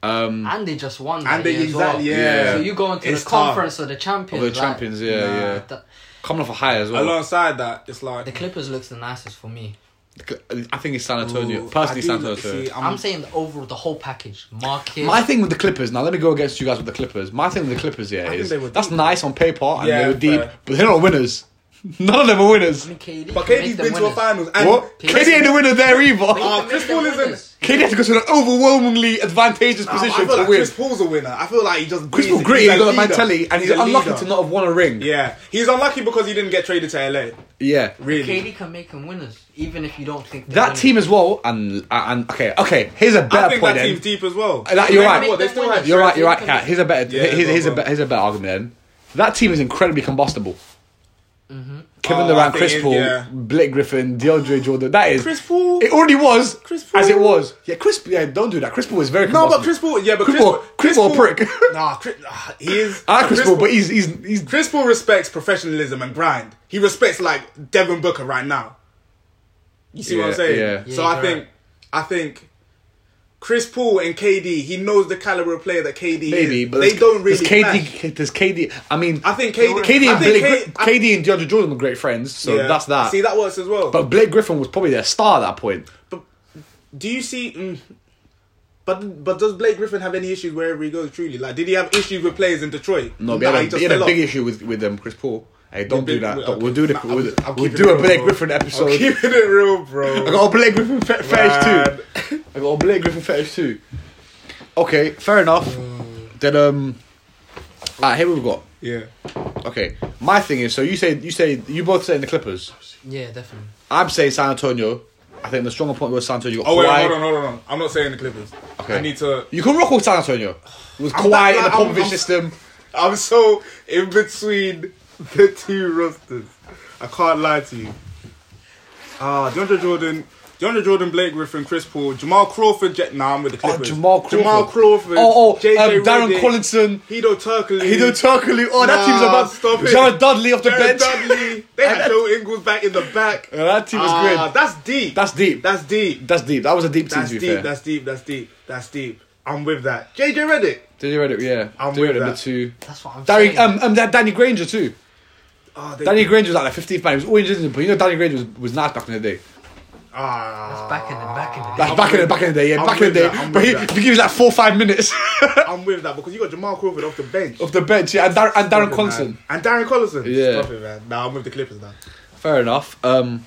Um, and they just won. And that they year as well. exactly yeah. Yeah. So you go into It's the tough. conference of the champions. Of the like, champions, yeah, nah. yeah. that- Coming off a high as well. Alongside that, it's like the Clippers looks the nicest for me. I think it's San Antonio. Ooh, Personally, I do San look- Antonio. see, I'm, I'm saying the overall, the whole package, market. My thing with the Clippers now. Let me go against you guys with the Clippers. My thing with the Clippers, yeah, I think is they were that's deep. nice on paper and Yeah, they were deep, fair. but they're not winners. None of them are winners. I mean, KD but can make KD's them been to a winners. finals. And What? Chris- KD ain't a winner there They either. Uh, can Chris make them Paul isn't- winners. KD has to go to an overwhelmingly advantageous Um, I position feel to like win. Chris Paul's a winner. I feel like he just Chris beats Paul it. gritty, He's he's a got a leader. mentality, and he's, a unlucky leader. to not have won a ring. Yeah, he's unlucky because he didn't get traded to LA. yeah. Really, KD can make them winners, even if you don't think they're That winners. team as well, and and okay, okay. Here's a better I think point. that then. team's deep as well. Uh, that- you're They- right. what, They still had You're right. You're right, Yeah, Cat. Here's a better. Yeah, here's, go, here's a go. be- here's a better argument. Then that team is incredibly combustible. Kevin Oh, I Durant, think Chris it- Paul, yeah. Blake Griffin, DeAndre Jordan. That is Chris Paul. It already was Chris as it Paul. was. Yeah, Chris. Yeah, don't do that. Chris Paul is very. No, but combustible. Chris Paul, yeah, but Chris Chris, Paul- Chris Paul prick. Nah, Chris, ah, he is. I like Chris, Paul, but he's he's he's. Chris Paul respects professionalism and grind. He respects like Devin Booker right now. You see what Yeah, I'm saying? yeah. So Yeah, I think, correct. I think, Chris Paul and KD, he knows the caliber of player that KD Maybe, is. but they there's- don't really. There's KD. clash. There's KD. I mean, I think KD. KD I and think Billy, K- I- KD and DeAndre Jordan were great friends, so yeah. that's that. See, that works as well. but Blake Griffin was probably their star at that point. Do you see? Mm, but but does Blake Griffin have any issues wherever he goes? Truly, like, did he have issues with players in Detroit? No, but Nah, he had a, just he had fell a off. big issue with with um, Chris Paul. Hey, don't big- do that. okay. Don't- We'll do the Nah, I'm- we'll, we'll I'm keeping do it a real, Blake bro. Griffin I'm episode. keeping it real, I bro. got a Blake Griffin fe- fetish Man. too. I got a Blake Griffin fetish too. Okay, fair enough. Then um, ah, here we've got. Yeah. Okay, my thing is so you say you say you both say in the Clippers. Yeah, definitely. I'm saying San Antonio. I think the stronger point was San Antonio. You got Oh wait, Kawhi. hold on, hold on, hold on. I'm not saying the Clippers. Okay. I need to. You can rock with San Antonio with I'm Kawhi not- in the I'm- Popovich I'm- system. I'm so in between the two rosters. I can't lie to you. Ah, DeAndre Jordan, DeAndre Jordan, Blake Griffin, Chris Paul, Jamal Crawford. Jet, nah, I'm with the Oh, Clippers. Jamal Crawford. Jamal Crawford. Oh, oh, JJ um, Darren Redick, Collinson. Hedo Turkoglu. Hido Turkoglu. Oh, that Nah, team's about. stop it. Jared Dudley off the Jared bench. Dudley. They had Joe Ingles back in the back. Yeah, that team was Ah, good. That's deep. That's deep. That's deep. That's deep. That was a deep team That's to be deep. fair. That's deep. That's deep. That's deep. I'm with that. JJ Redick. Did you read it? Yeah. I'm Did you with read it? The that. two. That's what I'm Danny, saying. um, um, that Danny Granger too. Oh, they, Danny Granger was like the fifteenth man. He was always injured, but you know Danny Granger was, was nice back in the day. Ah, Back in the back in the Like I'm back in the with back in the day, yeah, I'm back in the with day. that, I'm but with he, that. he gives like four five minutes I'm with that because you got Jamal Crawford off the bench. of the bench. Yeah, and, Dar- and Darren Stop it, Conson. man. And Darren Collison. Yeah. Stop it, man. Nah, I'm with the Clippers now. Fair enough. Um,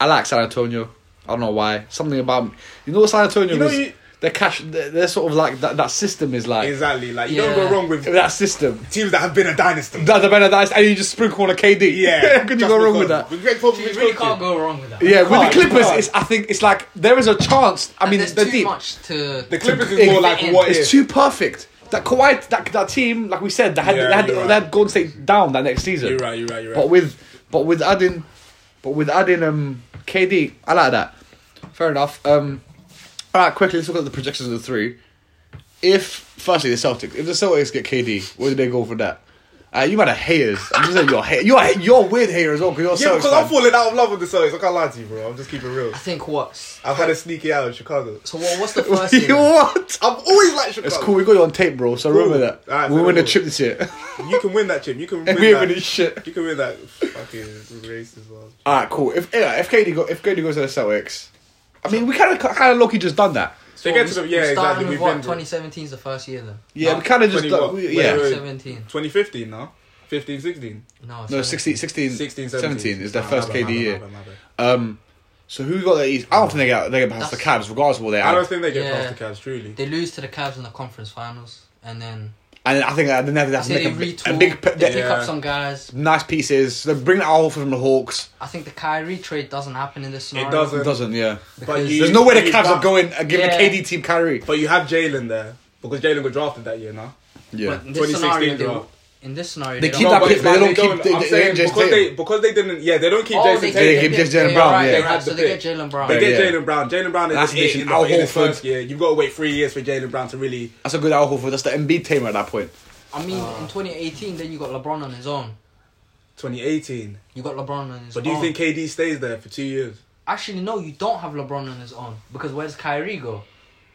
I like San Antonio. I don't know why. Something about you know San Antonio You know, is. you- They're cash. They're, they're sort of like that. That system is like Exactly. Like, you Yeah. don't go wrong with that system. teams that have been a dynasty. That's the better that's and you just sprinkle on a KD. yeah. could you just go wrong with because- that? With Greg Popovich You really coaching. can't go wrong with that. Yeah, with the can't, you Clippers, can't. it's, I think it's like there is a chance. I mean, there's they're too deep. much to. The Clippers It- is more like it- what It's if. too perfect. That Kawhi, that that team, like we said, they had Yeah, they had, you're right. they had Golden State down that next season. You're right, you're right, you're right. But with but with adding, but with adding um KD, I like that. Fair enough. Um, all right, quickly let's look at the projections of the three. If firstly the Celtics, if the Celtics get KD, where do they go for that? Uh, you might have haters. I'm just saying you're hate. You're a- you're a weird hater as well because Yeah, you're a because Celtics I'm fan. falling out of love with the Celtics. I can't lie to you, bro. I'm just keeping it real. I think what? I've had a sneaky out of Chicago. So what, what's the first You year? what? I've always liked Chicago. It's cool. We got you on tape, bro. So remember that. All right, we so win the cool. chip this year. You can win that chip. You can win If we that. win this shit. You can win that fucking racist one. All right, cool. If yeah, if KD go if KD goes to the Celtics, I mean, we kind of kind of Loki just done that. They get to the yeah we're exactly. starting We've with been what through- twenty seventeen is the first year then. Yeah, no, we kind of just 20 done, what? we- Wait, yeah. wait, wait. 17. 2015 now. 15, 16. No, No, 17. 16, 16, 16, 17, 17. is their Nah, first my KD bad, my bad, year. my bad, my bad. Um, so who got the East? I don't think they get they get past the Cavs, regardless of what they I are. don't think they get Yeah. past the Cavs, truly. They lose to the Cavs in the conference finals, and then And I think that then they have to I have to say make they a, big- retool. a big p- they they- pick Yeah. up some guys. nice pieces. They bring that all from the Hawks. I think the Kyrie trade doesn't happen in this scenario. doesn't. It doesn't, yeah. because- you- There's no way the you Cavs back- are going and giving Yeah. the KD team Kyrie. But you have Jalen there because Jalen got drafted that year now. Yeah, But in this scenario, 2016 they, draft. in this scenario, They don't- keep that pick, but they don't keep- they- I'm they saying don't just because take- they because they didn't. Yeah, they don't keep Oh, Jason They Tatum. keep get- Jalen they're Brown, right, yeah. they're They right, had so the they get pick. Jalen Brown. They get Yeah. Jalen Brown. Jalen Brown is That's it literally in, the, Al in his Horford. first year. You've got to wait three years for Jalen Brown to really. that's a good Al for That's the MB team at that point. I mean, Oh. in 2018, then you got LeBron on his own. 2018. You got LeBron on his But own. do Oh. you think KD stays there for two years? Actually, no, you don't have LeBron on his own because where's Kyrie go?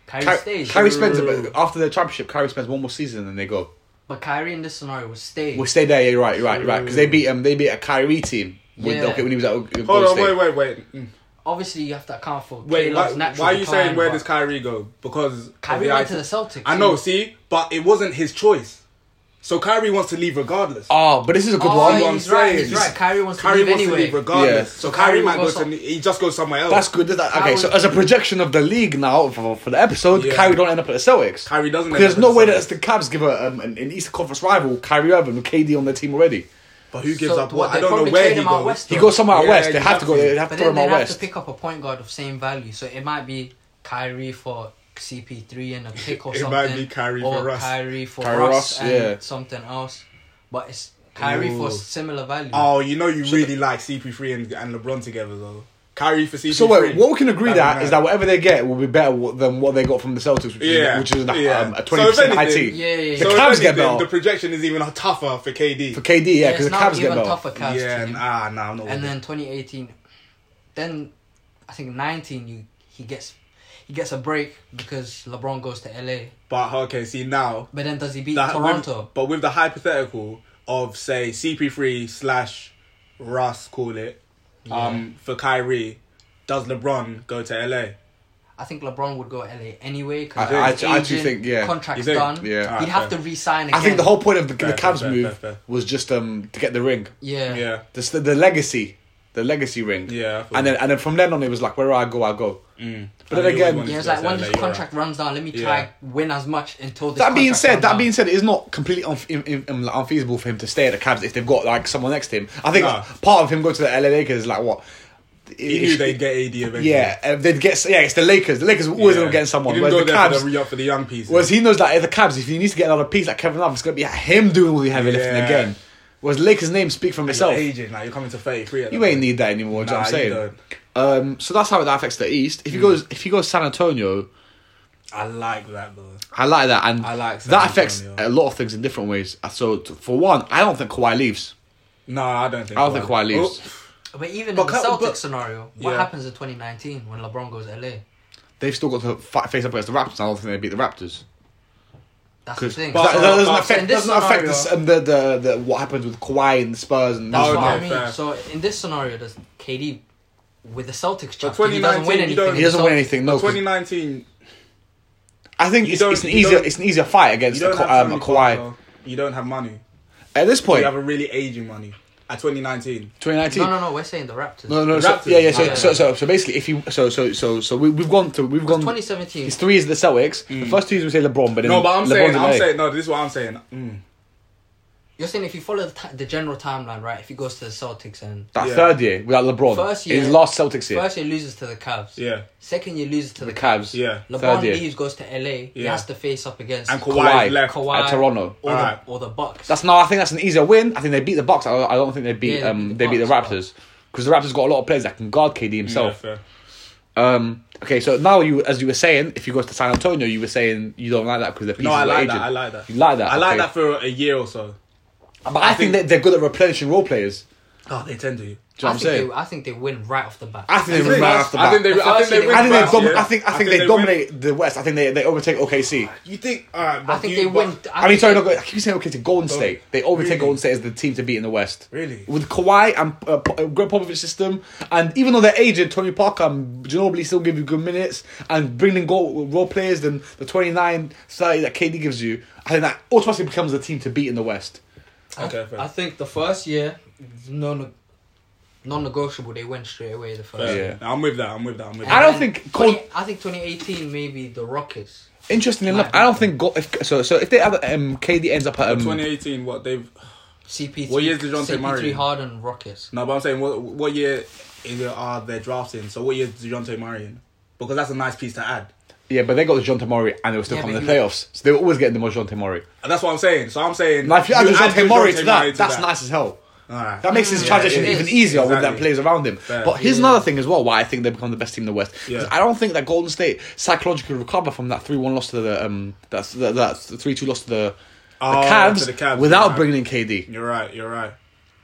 Kyrie Ky- stays. Kyrie spends a- after the championship. Kyrie spends one more season, and then they go. but Kyrie in this scenario will stay. We'll stay there. Yeah, you're right. You're right. You're right. Because they beat um, they beat a Kyrie team. With, Yeah. okay, when he was at Golden Hold on, State. wait, wait, wait. Mm. Obviously, you have to account for Wait, why, K-Love's natural why are you decline, saying where but does Kyrie go? Because of Kyrie the went to the ice- Celtics? I too. know, see, but it wasn't his choice. So Kyrie wants to leave regardless. Oh, but this is a good Oh, one. See yeah, what he's I'm right, saying? he's right. Kyrie wants to Kyrie leave wants anyway. to leave regardless. Yeah. So So Kyrie, Kyrie might go goes to some- he just goes somewhere else. That's good. That's, okay, Kyrie- so as a projection of the league now for, for the episode, Yeah. Kyrie don't end up at the Celtics. Kyrie doesn't end There's up at no the way Celtics. that the Cavs give a, um, an, an Eastern Conference rival Kyrie Irving with KD on their team already. But who gives So up what? they I don't know probably where trade he him out goes. west, He though. goes somewhere out Yeah, west. They have to go. exactly. They have to But throw then him they out have to west. pick up a point guard of same value, so it might be Kyrie for CP3 and a pick or It something. might be Kyrie or for Russ. Kyrie for Kyrie Russ, Russ, and yeah. something else. But it's Kyrie Ooh. for similar value. Oh, you know you really like CP3 and, and LeBron together though. Kyrie for CP3. So wait, what we can agree That'd be that mad. is that whatever they get will be better w- than what they got from the Celtics, which Yeah, is which is a, yeah. um, a So twenty percent if IT. anything- Yeah, yeah, yeah. The so if Cavs get anything, The better projection is even tougher for KD. for KD, yeah, Yeah, because it's the now Cavs get even better. tougher Cavs yeah, team. nah, nah, I'm not. and with it. then 2018 then i think 19 you he gets he gets a break because lebron goes to la but okay, see now but then does he beat that- toronto With, but with the hypothetical of say CP3 slash Russ, call it, um, for Kyrie, does LeBron go to LA? i think lebron would go la anyway I- I- I his actually agent, think, yeah. contract's You think? done Yeah. Ah, he'd Alright, have fair. to re-sign again I think the whole point of the, the Fair, Cavs fair, move fair, fair. was just um to get the ring. yeah Yeah. This the, the legacy, the legacy ring. Yeah, I Mm. feel and then and then from then on, it was like where I go, I go. But I then knew again- you wanted Yeah, it's to go like to when LA, this you're contract runs down, let me try Yeah. win as much until this. That being contract said, runs that down. being said, it is not completely unf- im- im- im- like, unfeasible for him to stay at the Cavs if they've got like someone next to him. I think No. part of him going to the LA Lakers is like what He knew they'd get AD eventually. Yeah, uh, they'd get. Yeah, it's the Lakers. The Lakers will always end up getting someone. He didn't Whereas go the there Cavs, for the re-up for the young pieces. whereas he knows that at the Cavs, if he needs to get another piece like Kevin Love, it's going to be him doing all the heavy lifting Yeah. again. Whereas Lakers' name speak for you're itself. aging now. You're coming to 33. at You that ain't point. need that anymore. do you know Nah, what I'm you Hmm. saying. Um, so that's how that affects the East. If he goes, if he goes San Antonio, I like that though. I like that, and I like San that affects Antonio. a lot of things in different ways. Uh, So t- for one, I don't think Kawhi leaves. No, I don't think. I don't think Kawhi leaves. but even But in the Cal- Celtics but- scenario, what Yeah. happens in 2019 when LeBron goes LA? They've still got to fi- face up against the Raptors. I don't think they beat the Raptors. That's the Because that, that thing. But- doesn't but- affect, in this doesn't affect the, s- scenario- um, the, the, the what happens with Kawhi and the Spurs and That's Oh, what I okay, mean. fair. So in this scenario, does KD with the Celtics chapter, he 2019, doesn't win you anything. don't- he doesn't So- win anything. Oh, No, 'cause 2019. I think you it's, don't- it's an you easier don't- it's an easier fight You against a, don't Ka- have um, a Tony Parker, Kawhi. You don't have money. At this You point, have a really aging money at 2019. 2019. No, no, no. We're saying the Raptors. No, no, The so, Raptors. yeah, yeah. So, Ah, yeah. so, so, so basically, if you, so, so, so, so, we, we've gone through, we've gone. 2017. It's three years of the Celtics. The first two years we say LeBron, but then Hmm. No, but I'm LeBron's saying, in I'm LA. saying, no. This is what I'm saying. Mm. You're saying if you follow the, ti the general timeline, right? If he goes to the Celtics and that Yeah. third year without LeBron, First his year- last Celtics year, first year loses to the Cavs, Yeah. Second year loses to the the, Cavs, Yeah. LeBron third year. leaves, goes to LA. He Yeah. has to face up against And Kawhi, Kawhi. left. Kawhi at Toronto. or, Alright. the, or the Bucks. That's no, I think that's an easier win. I think they beat the Bucks. I, I don't think they beat Yeah, they um beat they the beat the Bucks, Raptors because the Raptors got a lot of players that can guard KD Yeah, himself. fair. um, okay, so now you as you were saying, if you go to San Antonio, you were saying you don't like that because the pieces No, I were like aging. that. I like that. You like that. I like okay. that for a year or so. But I, think, think- that they're good at replenishing role players. Oh, they tend to. Do you know what I I'm think saying? They, I think they win right off the bat. I think they I win think, right off the bat. I think they. I think they. Win I think last they. Dom- year. I think. I think they, win- dominate the West. I think they they overtake OKC. You think? Alright, I but think you- they but- win. I mean, think sorry, they- no, I keep saying OKC. Golden State. They overtake Really? Golden State as the team to beat in the West. Really? With Kawhi and uh, P- uh, Greg Popovich's system, and even though they're aged, Tony Parker and Ginobili still give you good minutes, and bringing in goal role players than the 29, 30 that KD gives you, I think that automatically becomes the team to beat in the West. Okay, fair. I think the first year, non non-negotiable. They win straight away the first. Fair. Yeah. year. No, I'm with that. I'm with that. I'm with I that. don't And think 20 Col- I think 2018 maybe the Rockets. Interestingly enough, Might be. I don't think go- if so. So if they have um, KD ends up at um, 2018. What they've? CP3. What year is DeJounte CP3 Murray? Harden Rockets. No, but I'm saying what what year is it, are their drafts in? So what year is Dejounte Murray in? Because that's a nice piece to add. yeah, but they got John Tamori and they were still Yeah, coming but to the he- playoffs, so they were always getting the most John Tamori. And that's what I'm saying. So I'm saying. Now if you add John Tamori to that, Murray that's nice as hell. All right. That makes his Mm, transition yeah, it even is. easier with that Exactly. players around him. Fair. But here's Yeah. another thing as well why I think they become the best team in the West. 'Cause Yeah. I don't think that Golden State psychologically could recover from that three one loss to the um that that three two loss to the, the, Oh, Cavs to the Cavs, without yeah. bringing in KD. You're right. You're right.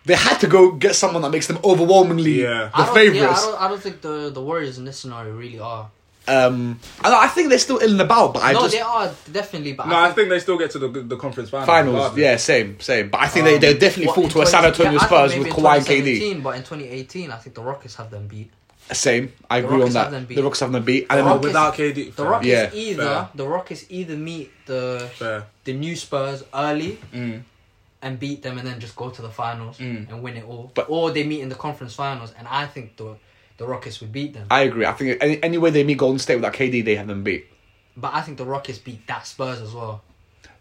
They had to go get someone that makes them overwhelmingly Yeah. the I don't- Yeah, I favourites. don't, I don't think the, the Warriors in this scenario really are. um, and I think they're still ill and about, but I no, just they are definitely. But No, I think they still get to the the conference finals. finals. regardless. Um, Yeah, same, same. But I think they they definitely what, fall in to a San 20 Antonio yeah, I think Spurs maybe with in Kawhi and KD. 2017, But in 2018, I think the Rockets have them beat. Same, I agree Rockets on have them that. beat. The Rockets have them beat, and Oh, then Rockets- without KD. The fair. Rockets Yeah. either Fair. the Rockets either meet the Fair. the new Spurs early Mm. and beat them, and then just go to the finals and win it all. Mm. But- or they meet in the conference finals, and I think the the Rockets would beat them. I agree. I think any, any way they meet Golden State without KD, they have them beat. but I think the Rockets beat that Spurs as well.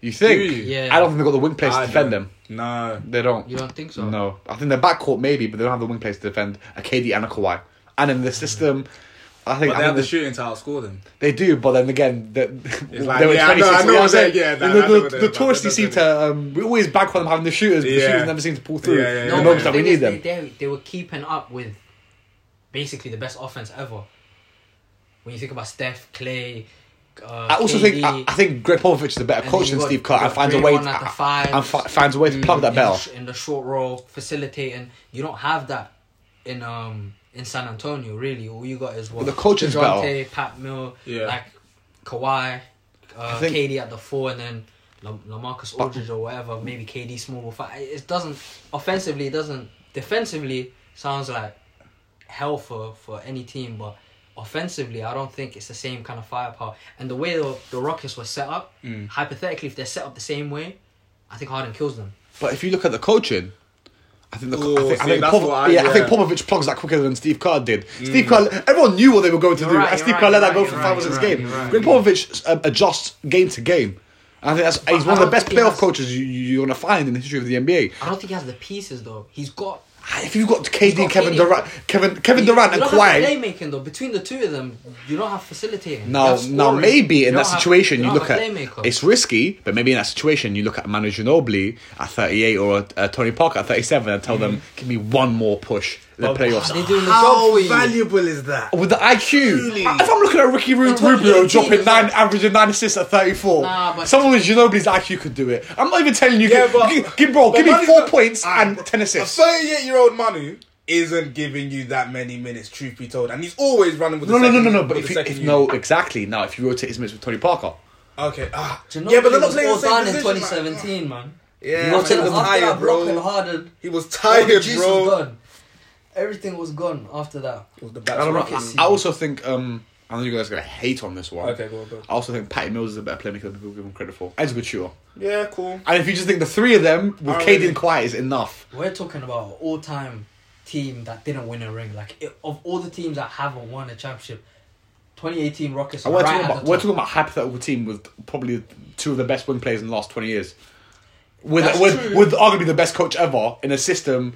You think? Do you? Yeah. I don't think they've got the wing players I to defend don't- them. No. They don't. You don't think so? No. I think their backcourt maybe, but they don't have the wing players to defend a KD and a Kawhi. And in the system, I think, But they I have the think shooting to outscore them. they, do, but then again, they, like, they were yeah, I know- 26. I know you what what I'm they- yeah, saying? nah, the, I know the- what they're the about. tourists you They're see not to, um, we always back on them having the shooters, but the Yeah. shooters never seem to pull through. Yeah, yeah, the yeah. No, moments that but the we thing need is, them. They, they, they were keeping up with basically the best offense ever. When you think about Steph, Clay, uh, I also KD, think I, I think Greg Popovich is a better And coach you than got- Steve Kerr you and got finds a Draymond way at the and five. Mm, fi- finds a way to plug Mm, that in, the, bell. sh- in the short roll, facilitating. You don't have that in um in San Antonio really. All you got is what But the coaching's DeJounte, better. Pat Mill, Yeah. like Kawhi, uh, think- KD at the four, and then La- LaMarcus Aldridge or whatever. Maybe KD small ball five. It doesn't offensively. It doesn't defensively. Sounds like hell for for any team, but. Offensively, I don't think it's the same kind of firepower. And the way the, the Rockets were set up, Mm. hypothetically, if they're set up the same way, I think Harden kills them. But if you look at the coaching, I think the Ooh, I think, I see, think that's Pop- what I- yeah, I think yeah. Popovich plugs that quicker than Steve Kerr did. Steve Kerr, everyone knew what they were going to Mm. You're do, right, and Steve you're Kerr let right, that go you're for right, five or you're six right, games. you're right, Greg you're Popovich uh, adjusts game to game. And I think that's, he's one I of the don't best think he playoff has- coaches you, you, you're going to find in the history of the NBA. I don't think he has the pieces though. He's got If you've got KD, got Kevin KD. Durant, Kevin Kevin you- Durant you and don't have Kawhi, playmaking though. Between the two of them, you don't have facilitating. You Now, have now scoring. maybe in don't that have- situation you, don't look have at a playmaker. it's risky, but maybe in that situation you look at Manu Ginobili at 38 or uh, uh, Tony Parker at 37 and Mm. tell them, give me one more push in the playoffs. They're doing the job for you. is that? With the IQ, Truly. I- if I'm looking at Ricky Ru- In 2018, Rubio dropping it's like- nine, averaging nine assists at 34, Nah, but- someone with Ginobili's IQ could do it. I'm not even telling you, Yeah, give, but- give, give- bro, but give me Manu's four not- points Ah, and bro, 10 assists. A 38 year old Manu isn't giving you that many minutes, truth be told, and he's always running with No, the no, no, second no, no. with But the if, you, second if unit. no, exactly. Now, if you rotate his minutes with Tony Parker, okay, ah, Ginobili yeah, but they're not was playing all the same done position, in man. 2017, man. Yeah, He was man, taking the he was after that tired, block and bro. Harden, He was all the tired, juice was bro. gone. Everything was gone after that. It was the best I don't know. Rockets. I, I also think um, I know you guys are gonna hate on this one. Okay, go on, go on. I also think Patty Mills is a better playmaker than people give him credit for. He's a good shooter. Yeah, cool. And if you just think the three of them with I KD really- and Kawhi is enough, We're talking about an all-time team that didn't win a ring. Like it, of all the teams that haven't won a championship, 2018 Rockets and are we're right talking at about the we're top. talking about a hypothetical team with probably two of the best wing players in the last twenty years, with That's with, true. with arguably the best coach ever in a system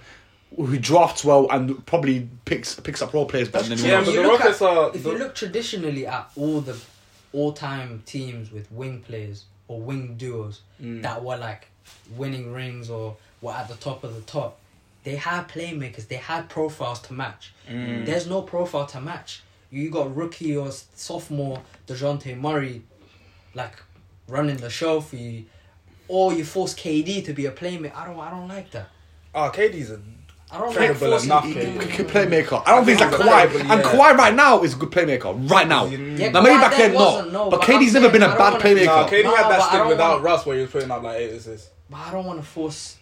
who drafts well and probably picks picks up role players better than That's anyone else. true. but You the look Rockets at- are- If the- you look traditionally at all the all-time teams with wing players or wing duos Mm. that were like winning rings or were at the top of the top, they had playmakers. They had profiles to match. Mm. There's no profile to match. You got rookie or s- sophomore Dejounte Murray, like running the show for you, or you force KD to be a playmaker. I don't. I don't like that. Ah, KD's a I don't like Credible forcing enough, people eh? He into can it. play maker. I don't think he's like Kawhi. Incredible, And yeah. Kawhi right now is a good playmaker. Right now. Yeah, now maybe Kawhi back then then not. wasn't, no, but but KD's I'm never saying been a I don't bad wanna be- playmaker. Nah, KD No, had but I that stint don't without want- Russ where he was putting up like eight assists. But I don't want to force.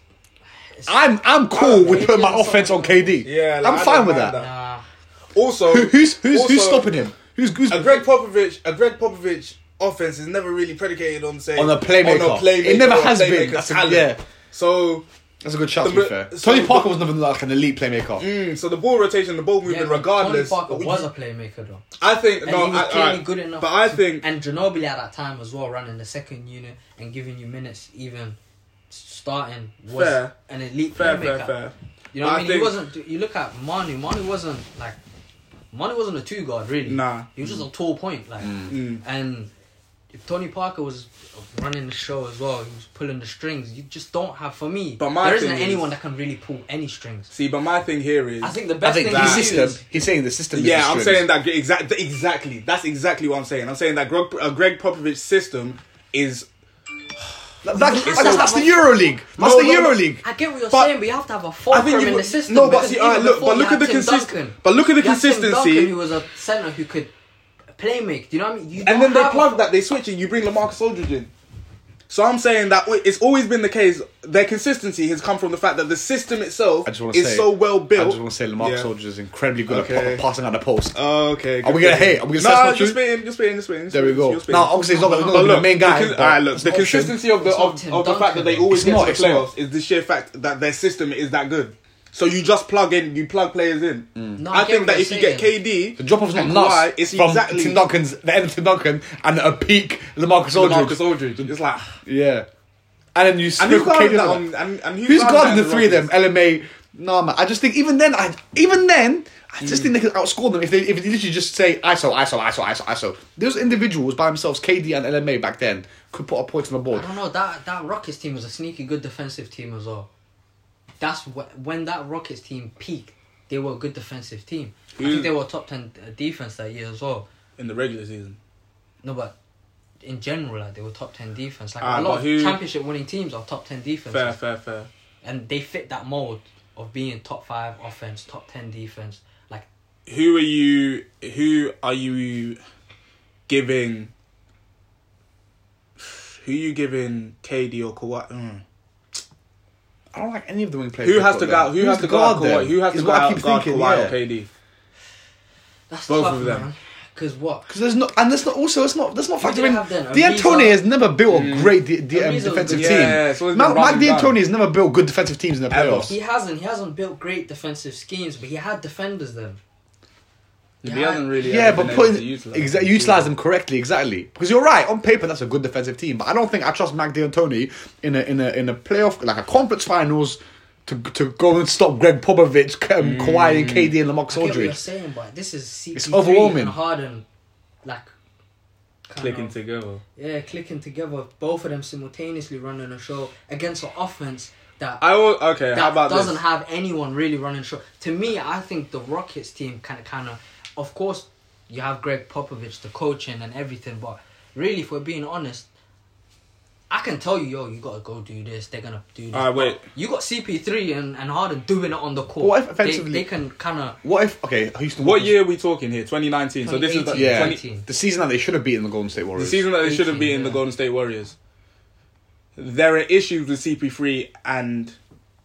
It's- I'm I'm cool with KD putting my was offense on something- KD. Yeah, like, I I'm don't fine with mind that. that. Nah. Also, Who- Who's who's who's also, stopping him? Who's who's A Greg Popovich, a Greg Popovich offense is never really predicated on saying On a playmaker. on a playmaker It never or a has been. playmaker's That's a- talent. yeah. So, That's a good shot. To be The- fair, so- Tony Parker was never like an elite playmaker. mm, so the ball rotation, the ball Yeah, movement, but regardless. Tony Parker we- was a playmaker though. I think And no, he was I, clearly alright. good enough. But I to- think and Ginobili at that time as well, running the second unit and giving you minutes, even starting was Fair. an elite fair, playmaker. fair, fair. You know what I I mean? think- He wasn't. You look at Manu. Manu wasn't like. Manu wasn't a two guard really. Nah. He was just a tall point like. Mm. And if Tony Parker was running the show as well, he was pulling the strings. You just don't have for me. But my there isn't thing anyone is- that can really pull any strings. See, but my thing here is I think the I best think thing the that- he system. is, He's saying the system. is Yeah, I'm the saying strength. that exactly. Exactly. That's exactly what I'm saying. I'm saying that Greg, uh, Greg Popovich's system is. That- that- that's, that's the Euro League. That's No, the no, Euro no. League. I get what you're But- saying, but you have to have a fulcrum in the system. no, but because see, even alright, look, before but you look at had the Tim consistency. Duncan. But look at the You had Tim Duncan, consistency. who was a center who could play make. Do you know what I mean? You And don't then they have a plug that. They switch it. You bring LaMarcus Aldridge in. So I'm saying that it's always been the case. Their consistency has come from the fact that the system itself I just wanna is say- so well I built. just want to say Lamar Yeah. Soldier is incredibly good Okay. at pa- passing out the post. Oh, Okay. Are we gonna hate? Are we gonna say No, that's not true? you're spitting. You're spitting. You're spitting. you're There we spitting, go. you're spitting. Now, obviously, he's not going to But be the look, main guy. Because, but all right, look. it's The an option. consistency of the It's not of, Tim of the fact that Duncan. they always It's get not, to it's the playoffs is the sheer fact that their system is that good. So you just plug in, you plug players in. No, I I get think what that you're if you get saying. KD, Mm. The drop off's not and nuts Kawhi, It's from exactly Tim Duncan's the end of Tim Duncan and a peak Lamarcus Aldridge. Marcus Aldridge. It's like, Yeah, and then you and who's sprinkle guarding KD that? on. On, and, and Who's guarding the that three of them? Rockets? LMA. No man, I just think even then, I even then, I just think they could outscore them if they if they literally just say ISO, ISO, ISO, ISO, ISO. Those individuals by themselves, KD and LMA back then, could put a point on the board. I don't know. That that Rockets team was a sneaky good defensive team as well. That's wh- when that Rockets team peaked. They were a good defensive team. I Mm. think they were top ten uh, defense that year as well. in the regular season? No, but in general, like, they were top ten defense. Like Ah, a but lot of who- championship winning teams are top ten defense, Fair, fair, fair. and they fit that mold of being top five offense, top ten defense. Like Who are you? Who are you giving? Who you giving KD or Kawhi? Mm. I don't like any of the wing players. Who they've has got to there. guard? Who has Who's to guard them Kawhi? Who has is to what I guard keep guard thinking, Kawhi yeah. or KD? that's Both tough, of them. Because what? Because there's not, and that's not also that's not that's not Who do they factoring. have then? D'Antoni Ariza? has never built a great D- D- um, Ariza was defensive good. team. Mm. Yeah, it's always been Mark, Mark round and round. D'Antoni has never built good defensive teams in the Ever. playoffs. He hasn't. He hasn't built great defensive schemes, but he had defenders then. He Yeah. hasn't really. Yeah, ever but been able putting to utilize exa- them. utilize them correctly, exactly. Because you're right on paper, that's a good defensive team, but I don't think I trust Mac D'Antoni in a in a in a playoff like a conference finals to to go and stop Greg Popovich, um, Mm. Kawhi, and KD and Lamarcus I get what you're Aldridge. saying, but this is CP3 It's overwhelming. and Harden, like kind clicking of- together. yeah, clicking together, both of them simultaneously running a show against an offense that I will. Okay, how that about doesn't this? have anyone really running show. To me, I think the Rockets team kind of, kind of, of course, you have Greg Popovich, the coaching and everything, but really, if we're being honest, I can tell you, yo, you gotta go do this. They're gonna do this. Alright, wait. You got CP3 and, and Harden doing it on the court. What if They- offensively- they, can kind of. What if okay, Houston? What Rockets- year are we talking here? 2019. So this is the, 2018. Yeah, 20 19? the season that they should have beaten the Golden State the Warriors. season that they should have 18, beaten the yeah. Golden State Warriors. There are issues with CP3 and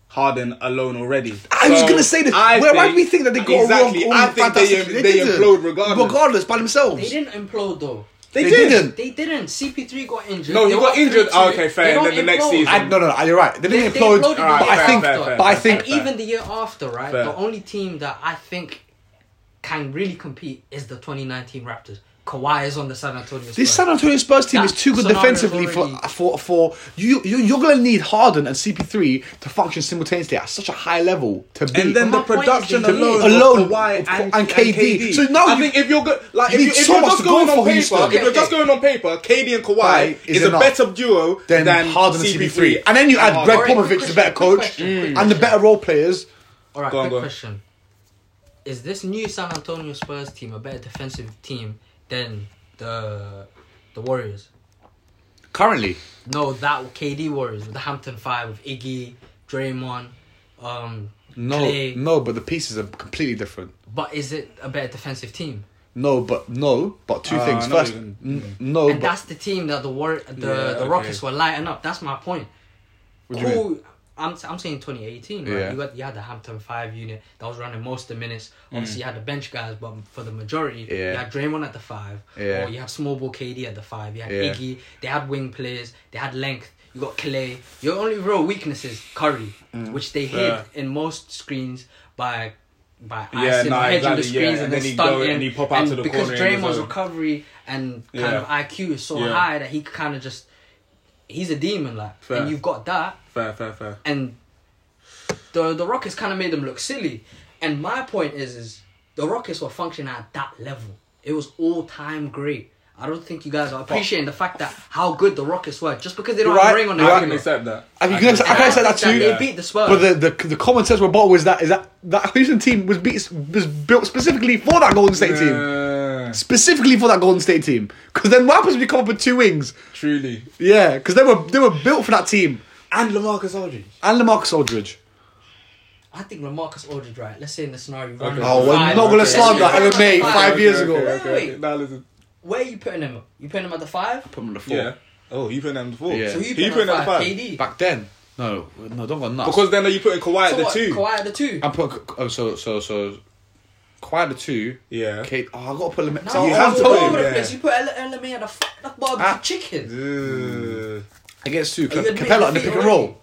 Harden alone already. I was So gonna say this. I Where, why do think- we think that they got exactly, a wrong? I think they, fantastic- they didn't. implode regardless. regardless by themselves. They didn't implode though. They, They did. didn't. They didn't. CP3 got injured. No, he They got were injured. 3-2. Ah, okay, fair. They And don't then the next implode. season- I, no, no, no, you're right. They Ah, They, didn't they implode, imploded but the Alright, I year think, fair, after. fair, but I fair, think And even the year after, right? Fair. The only team that I think can really compete is the 2019 Raptors. Kawhi is on the San Antonio. Spurs. This San Antonio Spurs team is That too good scenario defensively for already- for for you. you you're gonna need Harden and CP3 to function simultaneously at such a high level to be. And then My the point is production they did. alone, Alone, of Kawhi of- and, and KD. KD. So now I you- think if you're go, like you if, you, need if so you're much just to go going on for paper, Houston. if you're Okay, just okay. going on paper, KD and Kawhi Kawhi is, is a enough. better duo then than Harden and CP3, and then you add Harden. Greg Alright, quick Popovich, the Oh, question, better quick coach, question, quick and the question. better role players. All right, Go on, quick go on. question: Is this new San Antonio Spurs team a better defensive team than the the Warriors? Currently, No, that KD Warriors with the Hampton Five of Iggy, Draymond, um, No, Clay. no, but the pieces are completely different. But is it a better defensive team? No, but no, but two Uh, things. no, First, you can- n- no, and but that's the team that the war Oh, the, Yeah, the okay. Rockets were lighting up. That's my point. What do you cool. I'm, I'm saying 2018, right? Yeah. You got you had the Hampton Five unit that was running most of the minutes. Mm. Obviously, you had the bench guys, but for the majority, you Yeah. had Draymond at the five, Yeah. or you had small ball KD at the five. You had Yeah. Iggy. They had wing players. They had length. You got Clay. Your only real weakness is Curry, which they hid Mm. Yeah. in most screens by by Yeah, icing, nah, hedging exactly, the screens yeah, and and then, then he go stunting. and he pop out and to the because corner in his Draymond's own. recovery and kind Yeah. of IQ is so Yeah. high that he kind of just he's a demon like Fair. and you've got that Fair, fair, fair. and the the Rockets kind of made them look silly and my point is is the Rockets were functioning at that level it was all time great I don't think you guys are appreciating the fact that how good the Rockets were just because they don't You're have a right, ring on their you're I right. can finger. accept that. I, you can, I And can say that too. They beat the Spurs. But the, the the common sense rebuttal is that is that that Houston team was beat was built specifically for that Golden State team, Yeah, specifically for that Golden State team. Because then what happens if you come up with two wings? truly. Yeah, because they were they were built for that team And Lamarcus Aldridge. and Lamarcus Aldridge. I think Lamarcus Aldridge right let's say in the scenario okay. Oh, we're Five, not okay. gonna slander Yeah. Aaron May Five. five Okay, years okay, ago. okay, Wait, okay. wait. Now listen. where are you putting him you putting him at the five Put him on the floor. Yeah. Oh, you putting them four. Yeah. so who you He putting at them five? five. KD Back then, no, no, don't go nuts. Because then are you putting Kawhi so at the what two? Kawhi at the two I put oh so so so quite the two. Yeah. Kate, oh, I gotta put limit. No, So you you I'm have have to told put you, him over the there. place. You put Ele- Elamir at the fuck that barbecue Ah. chicken Ugh. against two. you Ca- admit Capella in the defeat pick and already? roll.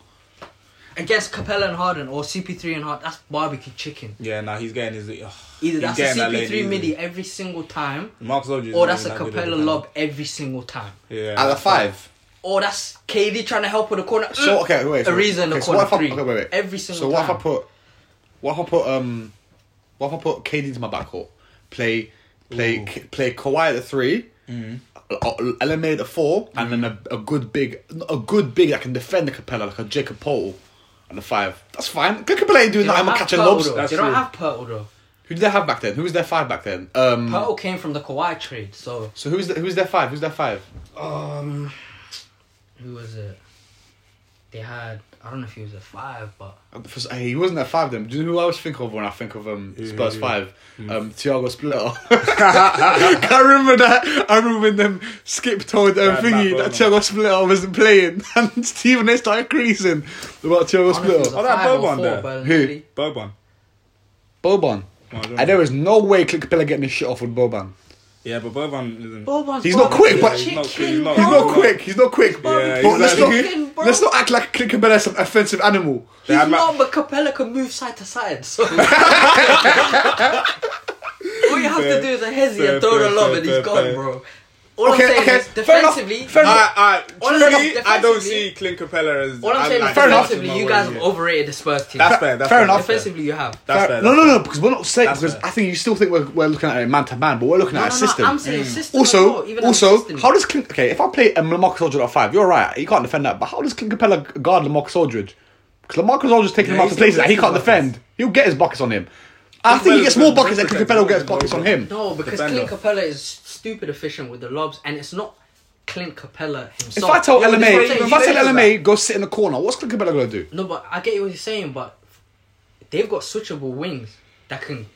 against Capella and Harden or CP3 and Harden. That's barbecue chicken. Yeah, now he's getting his. ugh. Either He's that's a getting that CP3 lane midi easy. every single time, Marcus Aldridge. or that's a isn't that good Capella at the lob every single time, time. Yeah. At the five. or that's KD trying to help with the corner. So okay, wait. a so- reason the okay, so corner what if I- three okay, wait, wait. every So single what time. if I put? What if I put um? What if I put KD into my backcourt? Play, play, K- play Kawhi at the three. Mm. uh, Eliminate the four, and then a, a good big, a good big that can defend the Capella like a Jacob Portal, at the five. That's fine. Capella ain't doing They that. don't I'm have catching Pirtle, lobs. though. Who They That's don't true. have Pirtle though. did they have back then? Who was their five back then? Um. Pirtle came from the Kawhi trade, so So who's the, who's their five? Who's their five? um, who was it? They had I don't know if he was a five, but For- He wasn't their five then. Do you know who I always think of when I think of um, Spurs yeah. Mm. five? Um, Thiago Splitter. I remember that. I remember when them skip told um, Bad, bad thingy ball, that Thiago Splitter wasn't playing, and Stephen A started creasing about Thiago I don't know if he was a Splitter. Oh, that five or Boban four, there. but Who? really- Boban. Boban. Marcus And there is no way Click Pillar getting his shit off with Boban. Yeah, but Boban isn't. Boban's He's not barbecue quick, but- chicken, He's not- he's not- He's bro. not quick. He's not quick. Yeah, But let's, exactly. Chicken, bro. not, let's not act like Click Pillar is an offensive animal. They He's had Ma- not, but Capella can move side to side. So all you have to do is a hezzy Fair, and throw the fair, lob, fair, and he's fair, gone, fair. bro. All Okay, I'm saying okay, is fair enough, defensively. fair enough. I, I, All I'm truly, saying I don't defensively- see Clint Capella as. all I'm I him saying is enough. defensively, much you more guys than have you. overrated the Spurs team. That's fair. That's Fair fair enough. That's fair. defensively, you have. That's Fair- fair. no, that's no, fair. no, because we're not saying That's because fair. I think you still think we're, we're looking at it man to man, but we're looking no, at no, a no, system. Mm. I'm saying system. Also, overall, even also, consistent. how does Clint? Okay, if I play um, Lamarcus Aldridge at five, you're right. He can't defend that. But how does Clint Capella guard Lamarcus Aldridge? Because Lamarcus Aldridge is taking Yeah, him out he to still places that he gets can't his buckets. defend. He'll get his buckets on him. I think he Capella gets more doesn't buckets than Clint protect Capella him. gets buckets on him. no, because Defender. Clint Capella is stupid efficient with the lobs, and it's not Clint Capella himself. If I tell Yeah, but LMA, that's what I'm saying, if he I tell fails LMA, go sit in the corner, what's Clint Capella gonna do? that. no, but I get what you're saying, but they've got switchable wings that can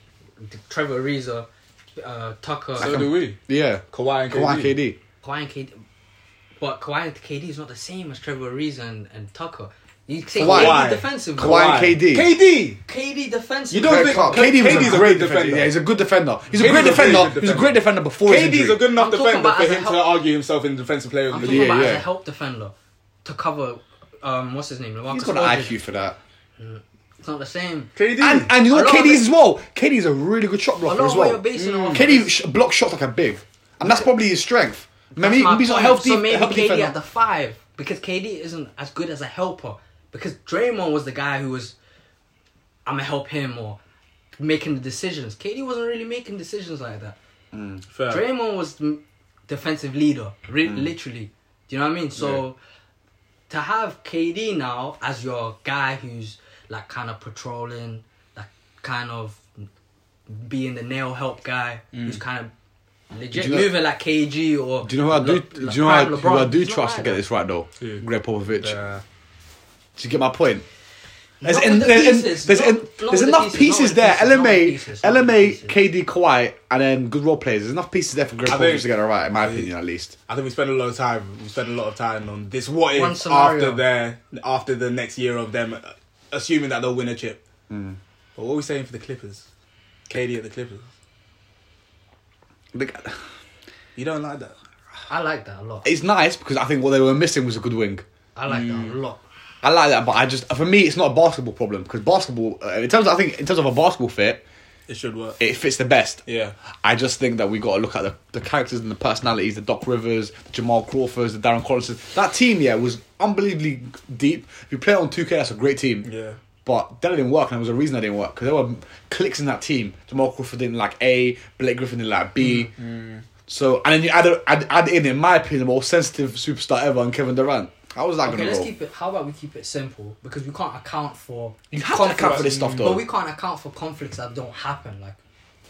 Trevor Ariza, uh, Tucker. So do we. Yeah, Kawhi and Kawhi and KD. KD. Kawhi and KD, but Kawhi and KD is not the same as Trevor Ariza and, and Tucker. You say Kawhi. KD defensively. Kawhi and KD. KD. KD defensively. You don't think Clark. K- KD was KD's a great defender. Yeah, he's a good defender. He's a great KD's a very defender. good He's a defender. great defender before his KD's injury. a good enough I'm talking defender about for as a him to help- argue himself in the defensive player I'm of the talking league. about yeah. as a help defender to cover. Um, what's his name? LaMarcus He's got an Aldridge. IQ for that. It's not the same. KD. And, and you know A what lot of KD it- is as well. KD is a really good shot A blocker lot as of what you're well. basing on. KD sh- blocks shots like a big, and that's probably his strength. Maybe That's my he's not point. healthy. So maybe healthy KD defender. at the five because KD isn't as good as a helper because Draymond was the guy who was, I'm gonna help him or making the decisions. KD wasn't really making decisions like that. Fair. Draymond was the defensive leader, re- Mm. literally. Do you know what I mean? So to have KD now as your guy who's like kind of patrolling, like kind of being the nail help guy, who's kind of legit Mm. Do you know- moving like KG or Do you know who I do? Le- Do Le- you know who I, prime who I LeBron? do It's not trust to like get that. this right though? Who? Greg Popovich. Yeah. Do you get my point? There's, Not en- with the there's, en- pieces, there's, not- en- not with there's the enough pieces, pieces, not there. with the pieces, not LMA, with the pieces, not with the LMA, pieces. KD, Kawhi, and then good role players. There's enough pieces there for Greg I Paul think- to get it right, in my opinion, at least. I think we spend a lot of time. We spend a lot of time on this. What One if scenario. after their after the next year of them, uh, assuming that they'll win a chip. Mm. But what are we saying for the Clippers? KD at the Clippers. Like, You don't like that. I like that a lot. It's nice because I think what they were missing was a good wing. I like Mm. that a lot. I like that, but I just for me, it's not a basketball problem because basketball, uh, in terms, of, I think in terms of a basketball fit, It should work. it fits the best. yeah. I just think that we got to look at the, the characters and the personalities, the Doc Rivers, the Jamal Crawfords, the Darren Collinses. That team, yeah, was unbelievably deep. If you play on 2K, that's a great team. Yeah. But that didn't work, and there was a reason that didn't work because there were clicks in that team. Jamal Crawford didn't like A, Blake Griffin didn't like B. So, and then you add, add, add in, in my opinion, the most sensitive superstar ever and Kevin Durant. How was that Okay, going let's to roll? keep it. How about we keep it simple because we can't account for You have to account conflicts, for this stuff, though. But we can't account for conflicts that don't happen. Like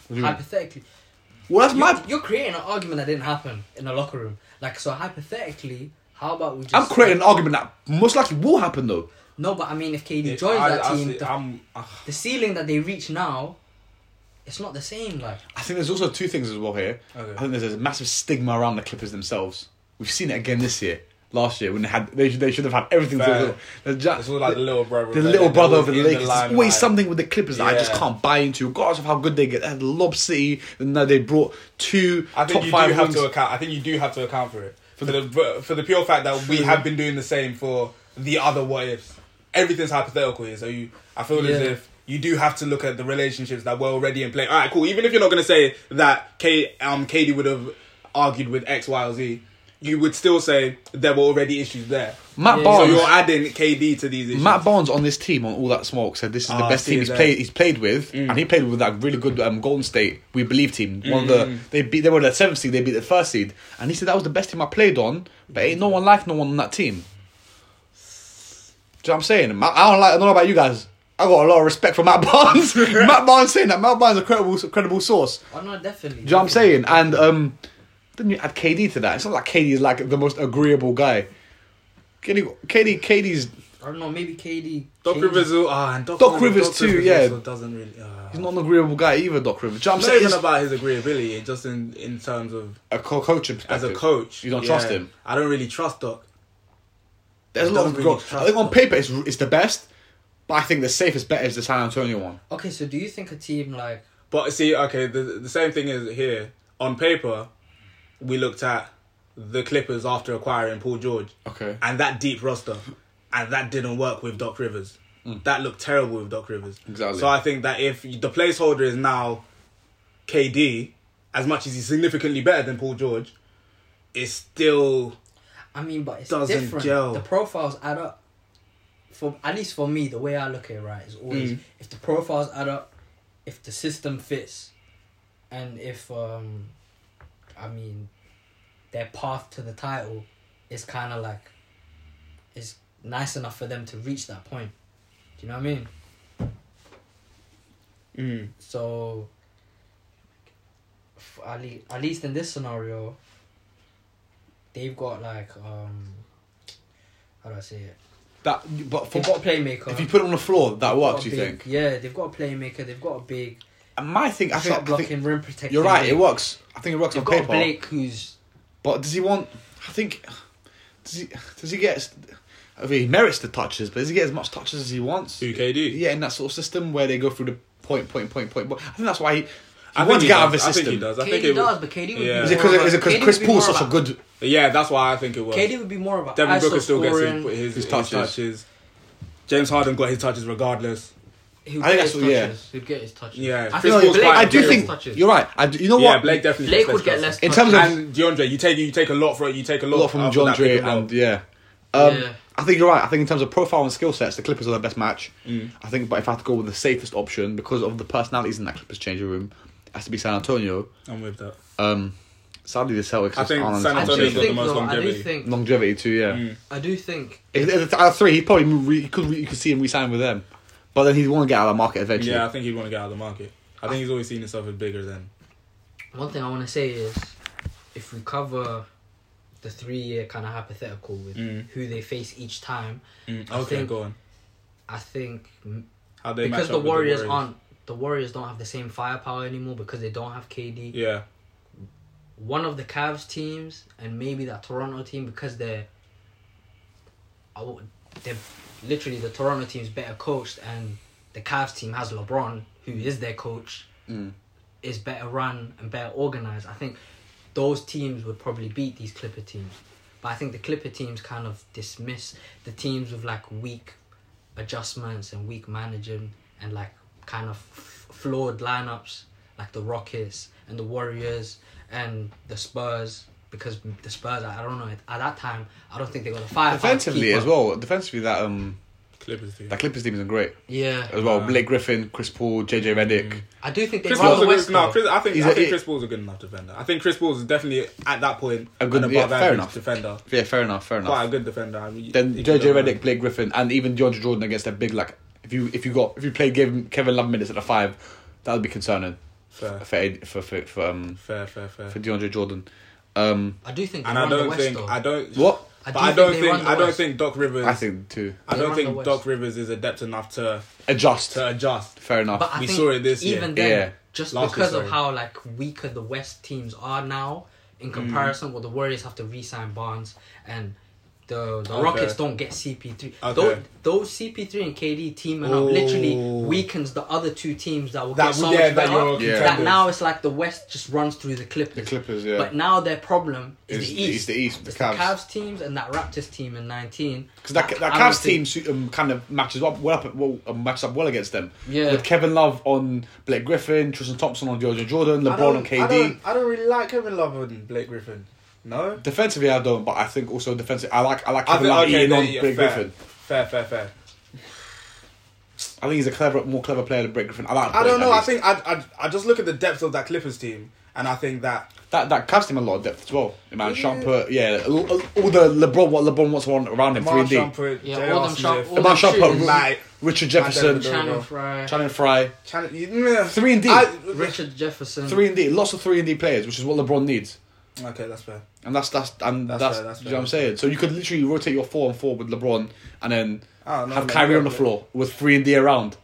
you mean? hypothetically, well, that's you, my. you're creating an argument that didn't happen in the locker room. Like so, hypothetically, how about we just? I'm creating an argument that most likely will happen though. No, but I mean, if KD If joins I- that I team, see- the, I'm, uh, the ceiling that they reach now, it's not the same. Like I think there's also two things as well here. Okay. I think there's a massive stigma around the Clippers themselves. We've seen it again this year. Last year, when they had, they should, they should have had everything. To Fair. do. The, Ja- It's all like the little brother. the Like, little they're brother always of the in the Lakers. It's limelight. always something with the Clippers that I just Yeah. can't buy into, regardless of how good they get. They had Lob City, and now they brought two I think top you five do have hands. to account. I think you do have to account for it for the but for the pure fact that we have been doing the same for the other what ifs. Everything's hypothetical here, so you. I feel as Yeah. if you do have to look at the relationships that were already in play. All right, cool. Even if you're not going to say that K um Katie would have argued with X Y or Z, you would still say there were already issues there. Matt So Yeah. Barnes, you're adding KD to these issues. Matt Barnes on this team on all that smoke said this is the Ah, best see Mm. team he's there. played. He's played with, and he played with that really good um, Golden State we believe team. One of Mm. the they beat they were the seventh seed, they beat the first seed, and he said that was the best team I played on. But ain't no one like no one on that team. Do you know what I'm saying? I, I don't like. I don't know about you guys. I got a lot of respect for Matt Barnes. Matt Barnes saying that Matt Barnes is a credible credible source. oh no, definitely. Do you know what I'm saying? And um, then you add KD to that. It's not like KD is like the most agreeable guy. KD, KD, KD's I don't know. Maybe KD. Doc KD Rivers, ah, and Doc, Doc Rivers too, yeah. also doesn't really. ah. He's not an agreeable guy either, Doc Rivers. Do you know It's what not I'm even saying? about his agreeability, just in in terms of It's a co- coaching as perspective. a coach. You don't trust him. I don't really trust Doc. There's a You lot don't of really growth. I trust think on him. paper it's, it's the best, but I think the safest bet is the San Antonio one. Okay, so do you think a team like But see, okay, the the same thing is here. On paper, we looked at the Clippers after acquiring Paul George. Okay. And that deep roster, and that didn't work with Doc Rivers. That looked terrible with Doc Rivers. Mm. Exactly. So I think that if the placeholder is now KD, as much as he's significantly better than Paul George, it's still I mean, but it's Doesn't different. gel. The profiles add up. For at least for me, the way I look at it, right, is always Mm. if the profiles add up, if the system fits, and if um, I mean, their path to the title is kind of like, is nice enough for them to reach that point. Do you know what I mean? So, f- at, le- at least in this scenario, they've got like um, how do I say it? That, but for They've got what, a playmaker. if you put it on the floor, that They've got works. a You big- think? Yeah, they've got a playmaker. They've got a big And my thing, I shot think, I blocking, think rim protector. you're right. It They've- works. I think it works They've on got a paper. Blake who's But does he want? I think does he does he get? I mean, he merits the touches, but does he get as much touches as he wants? Who, KD? Yeah, in that sort of system where they go through the point, point, point, point. point. I think that's why he, he I wants think to he get out of his does. I system. think he does. I think KD it would- does, but KD would Yeah. be Is it more of a- because KD Chris would be Paul's more such a of good? Yeah, that's why I think it was. KD would be more of a Devin ISO Booker still gets his, scoring. his, His his, touch, touch. touches. James Harden got his touches regardless. He'll I think get his that's what- yeah. touches. He'd get his touches. Yeah, I Chris think Paul's Blake quite I would do get his think touches. you're right. I do, you know yeah, what? Blake definitely. Blake gets would get less. touches. In terms of- touches. and DeAndre, you take you take a lot for it. You take a lot, a lot from out for John that Dre pick and roll. and yeah. Um, Yeah. I think you're right. I think in terms of profile and skill sets, the Clippers are the best match. I think, but if I had to go with the safest option because of the personalities in that Clippers changing room, it has to be San Antonio. I'm with that. Um, sadly, the Celtics. I just think aren't on San the I do Antonio's championship. got the Mm. think most though. I do longevity. think. longevity too. Yeah, I do think. if, if it's out of three, he probably move, re- he could re- he could see him resign with them, but then he'd want to get out of the market eventually. Yeah, I think he'd want to get out of the market. I think he's always seen himself as bigger than. One thing I want to say is, if we cover the three-year kind of hypothetical with Mm. who they face each time, I Okay, think go on. I think m- How they match because up the with Warriors, aren't the Warriors don't have the same firepower anymore because they don't have KD. Yeah, One of the Cavs teams and maybe that Toronto team because they're, I would, they're literally the Toronto team's better coached and the Cavs team has LeBron who is their coach, Mm. is better run and better organized. I think those teams would probably beat these Clipper teams. But I think the Clipper teams kind of dismiss the teams with like weak adjustments and weak managing and like kind of f- flawed lineups like the Rockets and the Warriors and the Spurs because the Spurs I don't know at at that time I don't think they got a fire Defensively as well. Defensively, that um Clippers team. that Clippers team isn't great yeah as well. Uh, Blake Griffin, Chris Paul, JJ Redick. I do think they Chris run Paul's the a good, West no, though. Chris, I think He's I a- think Chris Paul's a good enough defender. I think Chris Paul's definitely at that point A good- an above yeah, fair average enough. defender, Yeah, fair enough, fair enough. quite a good defender. I mean, then he could JJ have done Redick, Blake Griffin, and even DeAndre Jordan against their big like if you if you got if you played Kevin Kevin Love minutes at the five, that would be concerning Fair, for Ed- for for for, um, fair, fair, fair. for DeAndre Jordan. Um, I do think they And run I the don't West think though. I don't What? I But do I think don't they think, run the I don't West. think Doc Rivers. I think too I They don't run the think West. Doc Rivers is adept enough to adjust. to adjust. Fair enough. But I We think saw it this year. even Yeah. then, just Last year, because of sorry. how like weaker the West teams are now in Mm. comparison, well, the Warriors have to re-sign Barnes and. The, the Okay. Rockets don't get CP3. Okay. Those, those CP3 and KD teaming up literally Oh. weakens the other two teams that will That get so would- yeah, that much better. you're Yeah. That contenders. now it's like the West just runs through the Clippers. Clippers, yeah. But now their problem is It's the East. the East, the It's Cavs. teams and that Raptors team in 19. Because that, that I would Cavs say- team suit, um, kind of matches up well up well um, matches up well against them. Yeah. With Kevin Love on Blake Griffin, Tristan Thompson on DeAndre Jordan, I don't- LeBron on I KD. don't, I don't really like Kevin Love and Blake Griffin. No, Defensively, I don't, but I think also defensively, I like I like I Kevin think Love okay, eating there, on yeah, Blake fair, Griffin. fair, fair, fair. I think he's a clever, more clever player than Blake Griffin. I like. I Blake don't know. at I least. think I, I I just look at the depth of that Clippers team, and I think that that that Cavs team had a lot of depth as well. Man, Shumpert, yeah, all, all the LeBron, what LeBron wants on around him, three Mark D. Shumpert, Yeah, J.R. all them Smith, Shumpert- all- About shooters. Shumpert, Like- Richard Jefferson, There we Shannon go. Fry, Channing Fry, Chan- yeah. Three and D. I- Richard Jefferson. three and D, lots of three and D players, which is what LeBron needs. Okay, that's fair. And that's that's and that's, That's fair, that's you know what I'm fair. saying. So you could literally rotate your four and four with LeBron, and then Oh, no, have no, Kyrie no, on the no. floor with three and D around.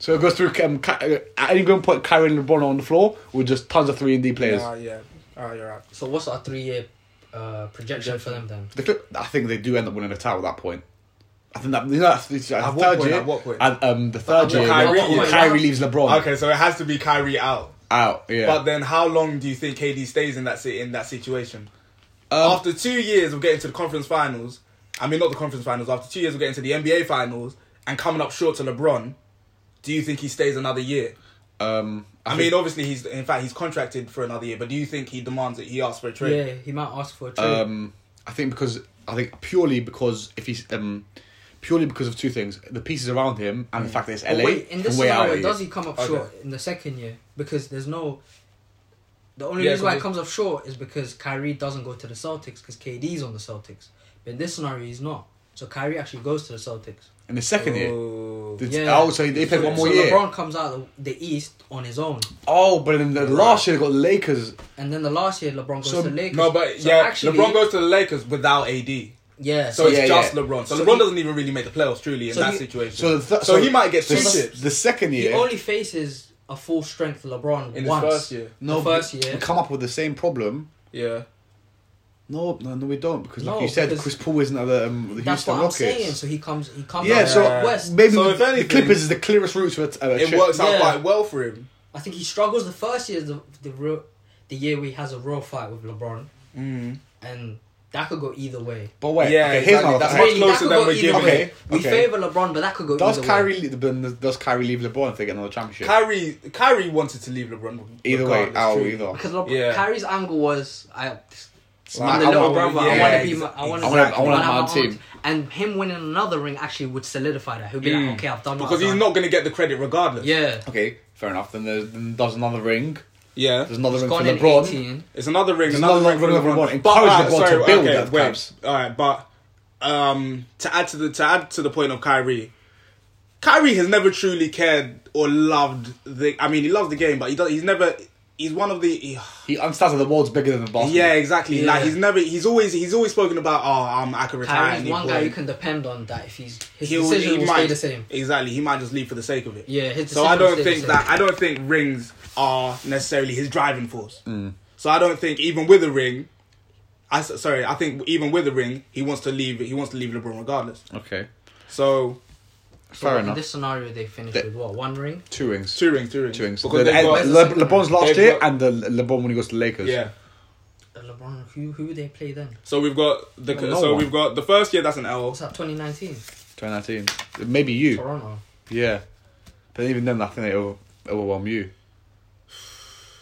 So it goes through um, Ky- uh, at any given point, Kyrie and LeBron are on the floor with just tons of three and D players. Ah, yeah. Ah, you're right. So what's our three-year uh, projection for them then? The Clip, I think they do end up winning a title at that point. I think that you know, that's, that's At the what third point, year. at what point? And, um, the third At year, what Kyrie, point? when Wait, Kyrie what? leaves LeBron Okay, so it has to be Kyrie out. out. Yeah, But then, how long do you think KD stays in that si- in that situation? Um, after two years of getting to the conference finals, I mean not the conference finals. After two years of getting to the NBA finals and coming up short to LeBron, do you think he stays another year? um, I, mean, obviously he's in fact he's contracted for another year, but do you think he demands it? He asks for a trade. Yeah, he might ask for a trade. um, I think because I think purely because if he's um, purely because of two things: the pieces around him and the fact that it's LA. But Mm. wait, in this from way out scenario, here. does he come up Okay. short in the second year? Because there's no. The only Yeah, reason why because it comes up short is because Kyrie doesn't go to the Celtics because KD's on the Celtics. But in this scenario, he's not. So Kyrie actually goes to the Celtics. in the second year? Oh. Did- Yeah. Oh, so they played So- one So more year. LeBron comes out of the East on his own, Oh, but then the last year they got Lakers. and then the last year LeBron goes So- to the Lakers. No, but So yeah, actually, LeBron goes to the Lakers without AD. Yeah, So so, it's Yeah, just yeah. LeBron. So, So LeBron he- doesn't even really make the playoffs truly in So that he- situation. So, So, the th- he might get two the, s- chips. The second he year, only faces a full strength LeBron In his once. first year. no, the first we- year. we come up with the same problem. Yeah. No, no, no, we don't because like No, you said, because- Chris Paul isn't at the, um, the That's Houston what I'm Rockets. saying. So he comes, he comes yeah, out so of the West. maybe So if the, anything- Clippers is the clearest route to a, a It chip. works out Yeah. quite well for him. I think he struggles the first year, the the real, the year where he has a real fight with LeBron, Mm. and that could go either way. But wait, Yeah, okay, here's exactly. my That's fact. much closer that could than go we're either giving. way. Okay, We okay. favor LeBron, but that could go Does either way. Kyrie leave, then does Kyrie leave LeBron if they get another championship? Kyrie, Kyrie wanted to leave LeBron. either way, regardless, out truly. either. Because LeBron, Yeah. Kyrie's angle was I. Like, I'm the I little want- brother. I yeah, want to be. My, exactly. I want to. I wanna- I wanna have my team. And him winning another ring actually would solidify that. He'll be Mm. like, okay, I've done. what Because he's I've done. not going to get the credit regardless. Yeah. Okay, fair enough. Then there's, then there's another ring. Yeah. There's another He's ring for gone in LeBron. 18. It's another ring. It's Another, another ring, ring for for LeBron. LeBron. But, Encourage alright, LeBron to sorry, build okay, that wait. Cavs. All right, but um, to add to the to add to the point of Kyrie, Kyrie has never truly cared or loved the. I mean, he loves the game, but he does. He's never he's one of the. he- He understands that the world's bigger than basketball. yeah, exactly. Yeah. Like he's never. He's always. He's always spoken about. Oh, um, I can retire. at Kyrie's any one guy you point." can depend on that if he's his He'll- decision he will might- stay the same. Exactly. He might just leave for the sake of it. Yeah, his So decision I will don't stay the think same. that I don't think rings are necessarily his driving force. So I don't think even with a ring, I s- sorry, I think even with a ring, he wants to leave. He wants to leave LeBron regardless. Okay. So So Fair in enough. this scenario, they finished They- with what one ring? Two rings. two rings, two rings, Two rings. Because The- they've got, Le- Where's the second LeBron's one? last They've year got- and the Le- LeBron when he goes to Lakers. yeah. Uh, LeBron, who who would they play then? So we've got the No so one. we've got the first year that's an L. What's that? Twenty nineteen 2019. Maybe you. Toronto. Yeah. But even then, I think they over- overwhelm you.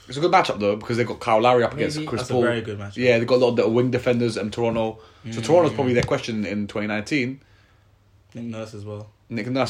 It's a good matchup though because they've got Kyle Lowry up against Maybe. Chris That's a Paul. very good matchup. Yeah, they've got a lot of the wing defenders and Mm. Toronto. So Toronto's probably their question in 2019. Nick Nurse as well. Nick Nurse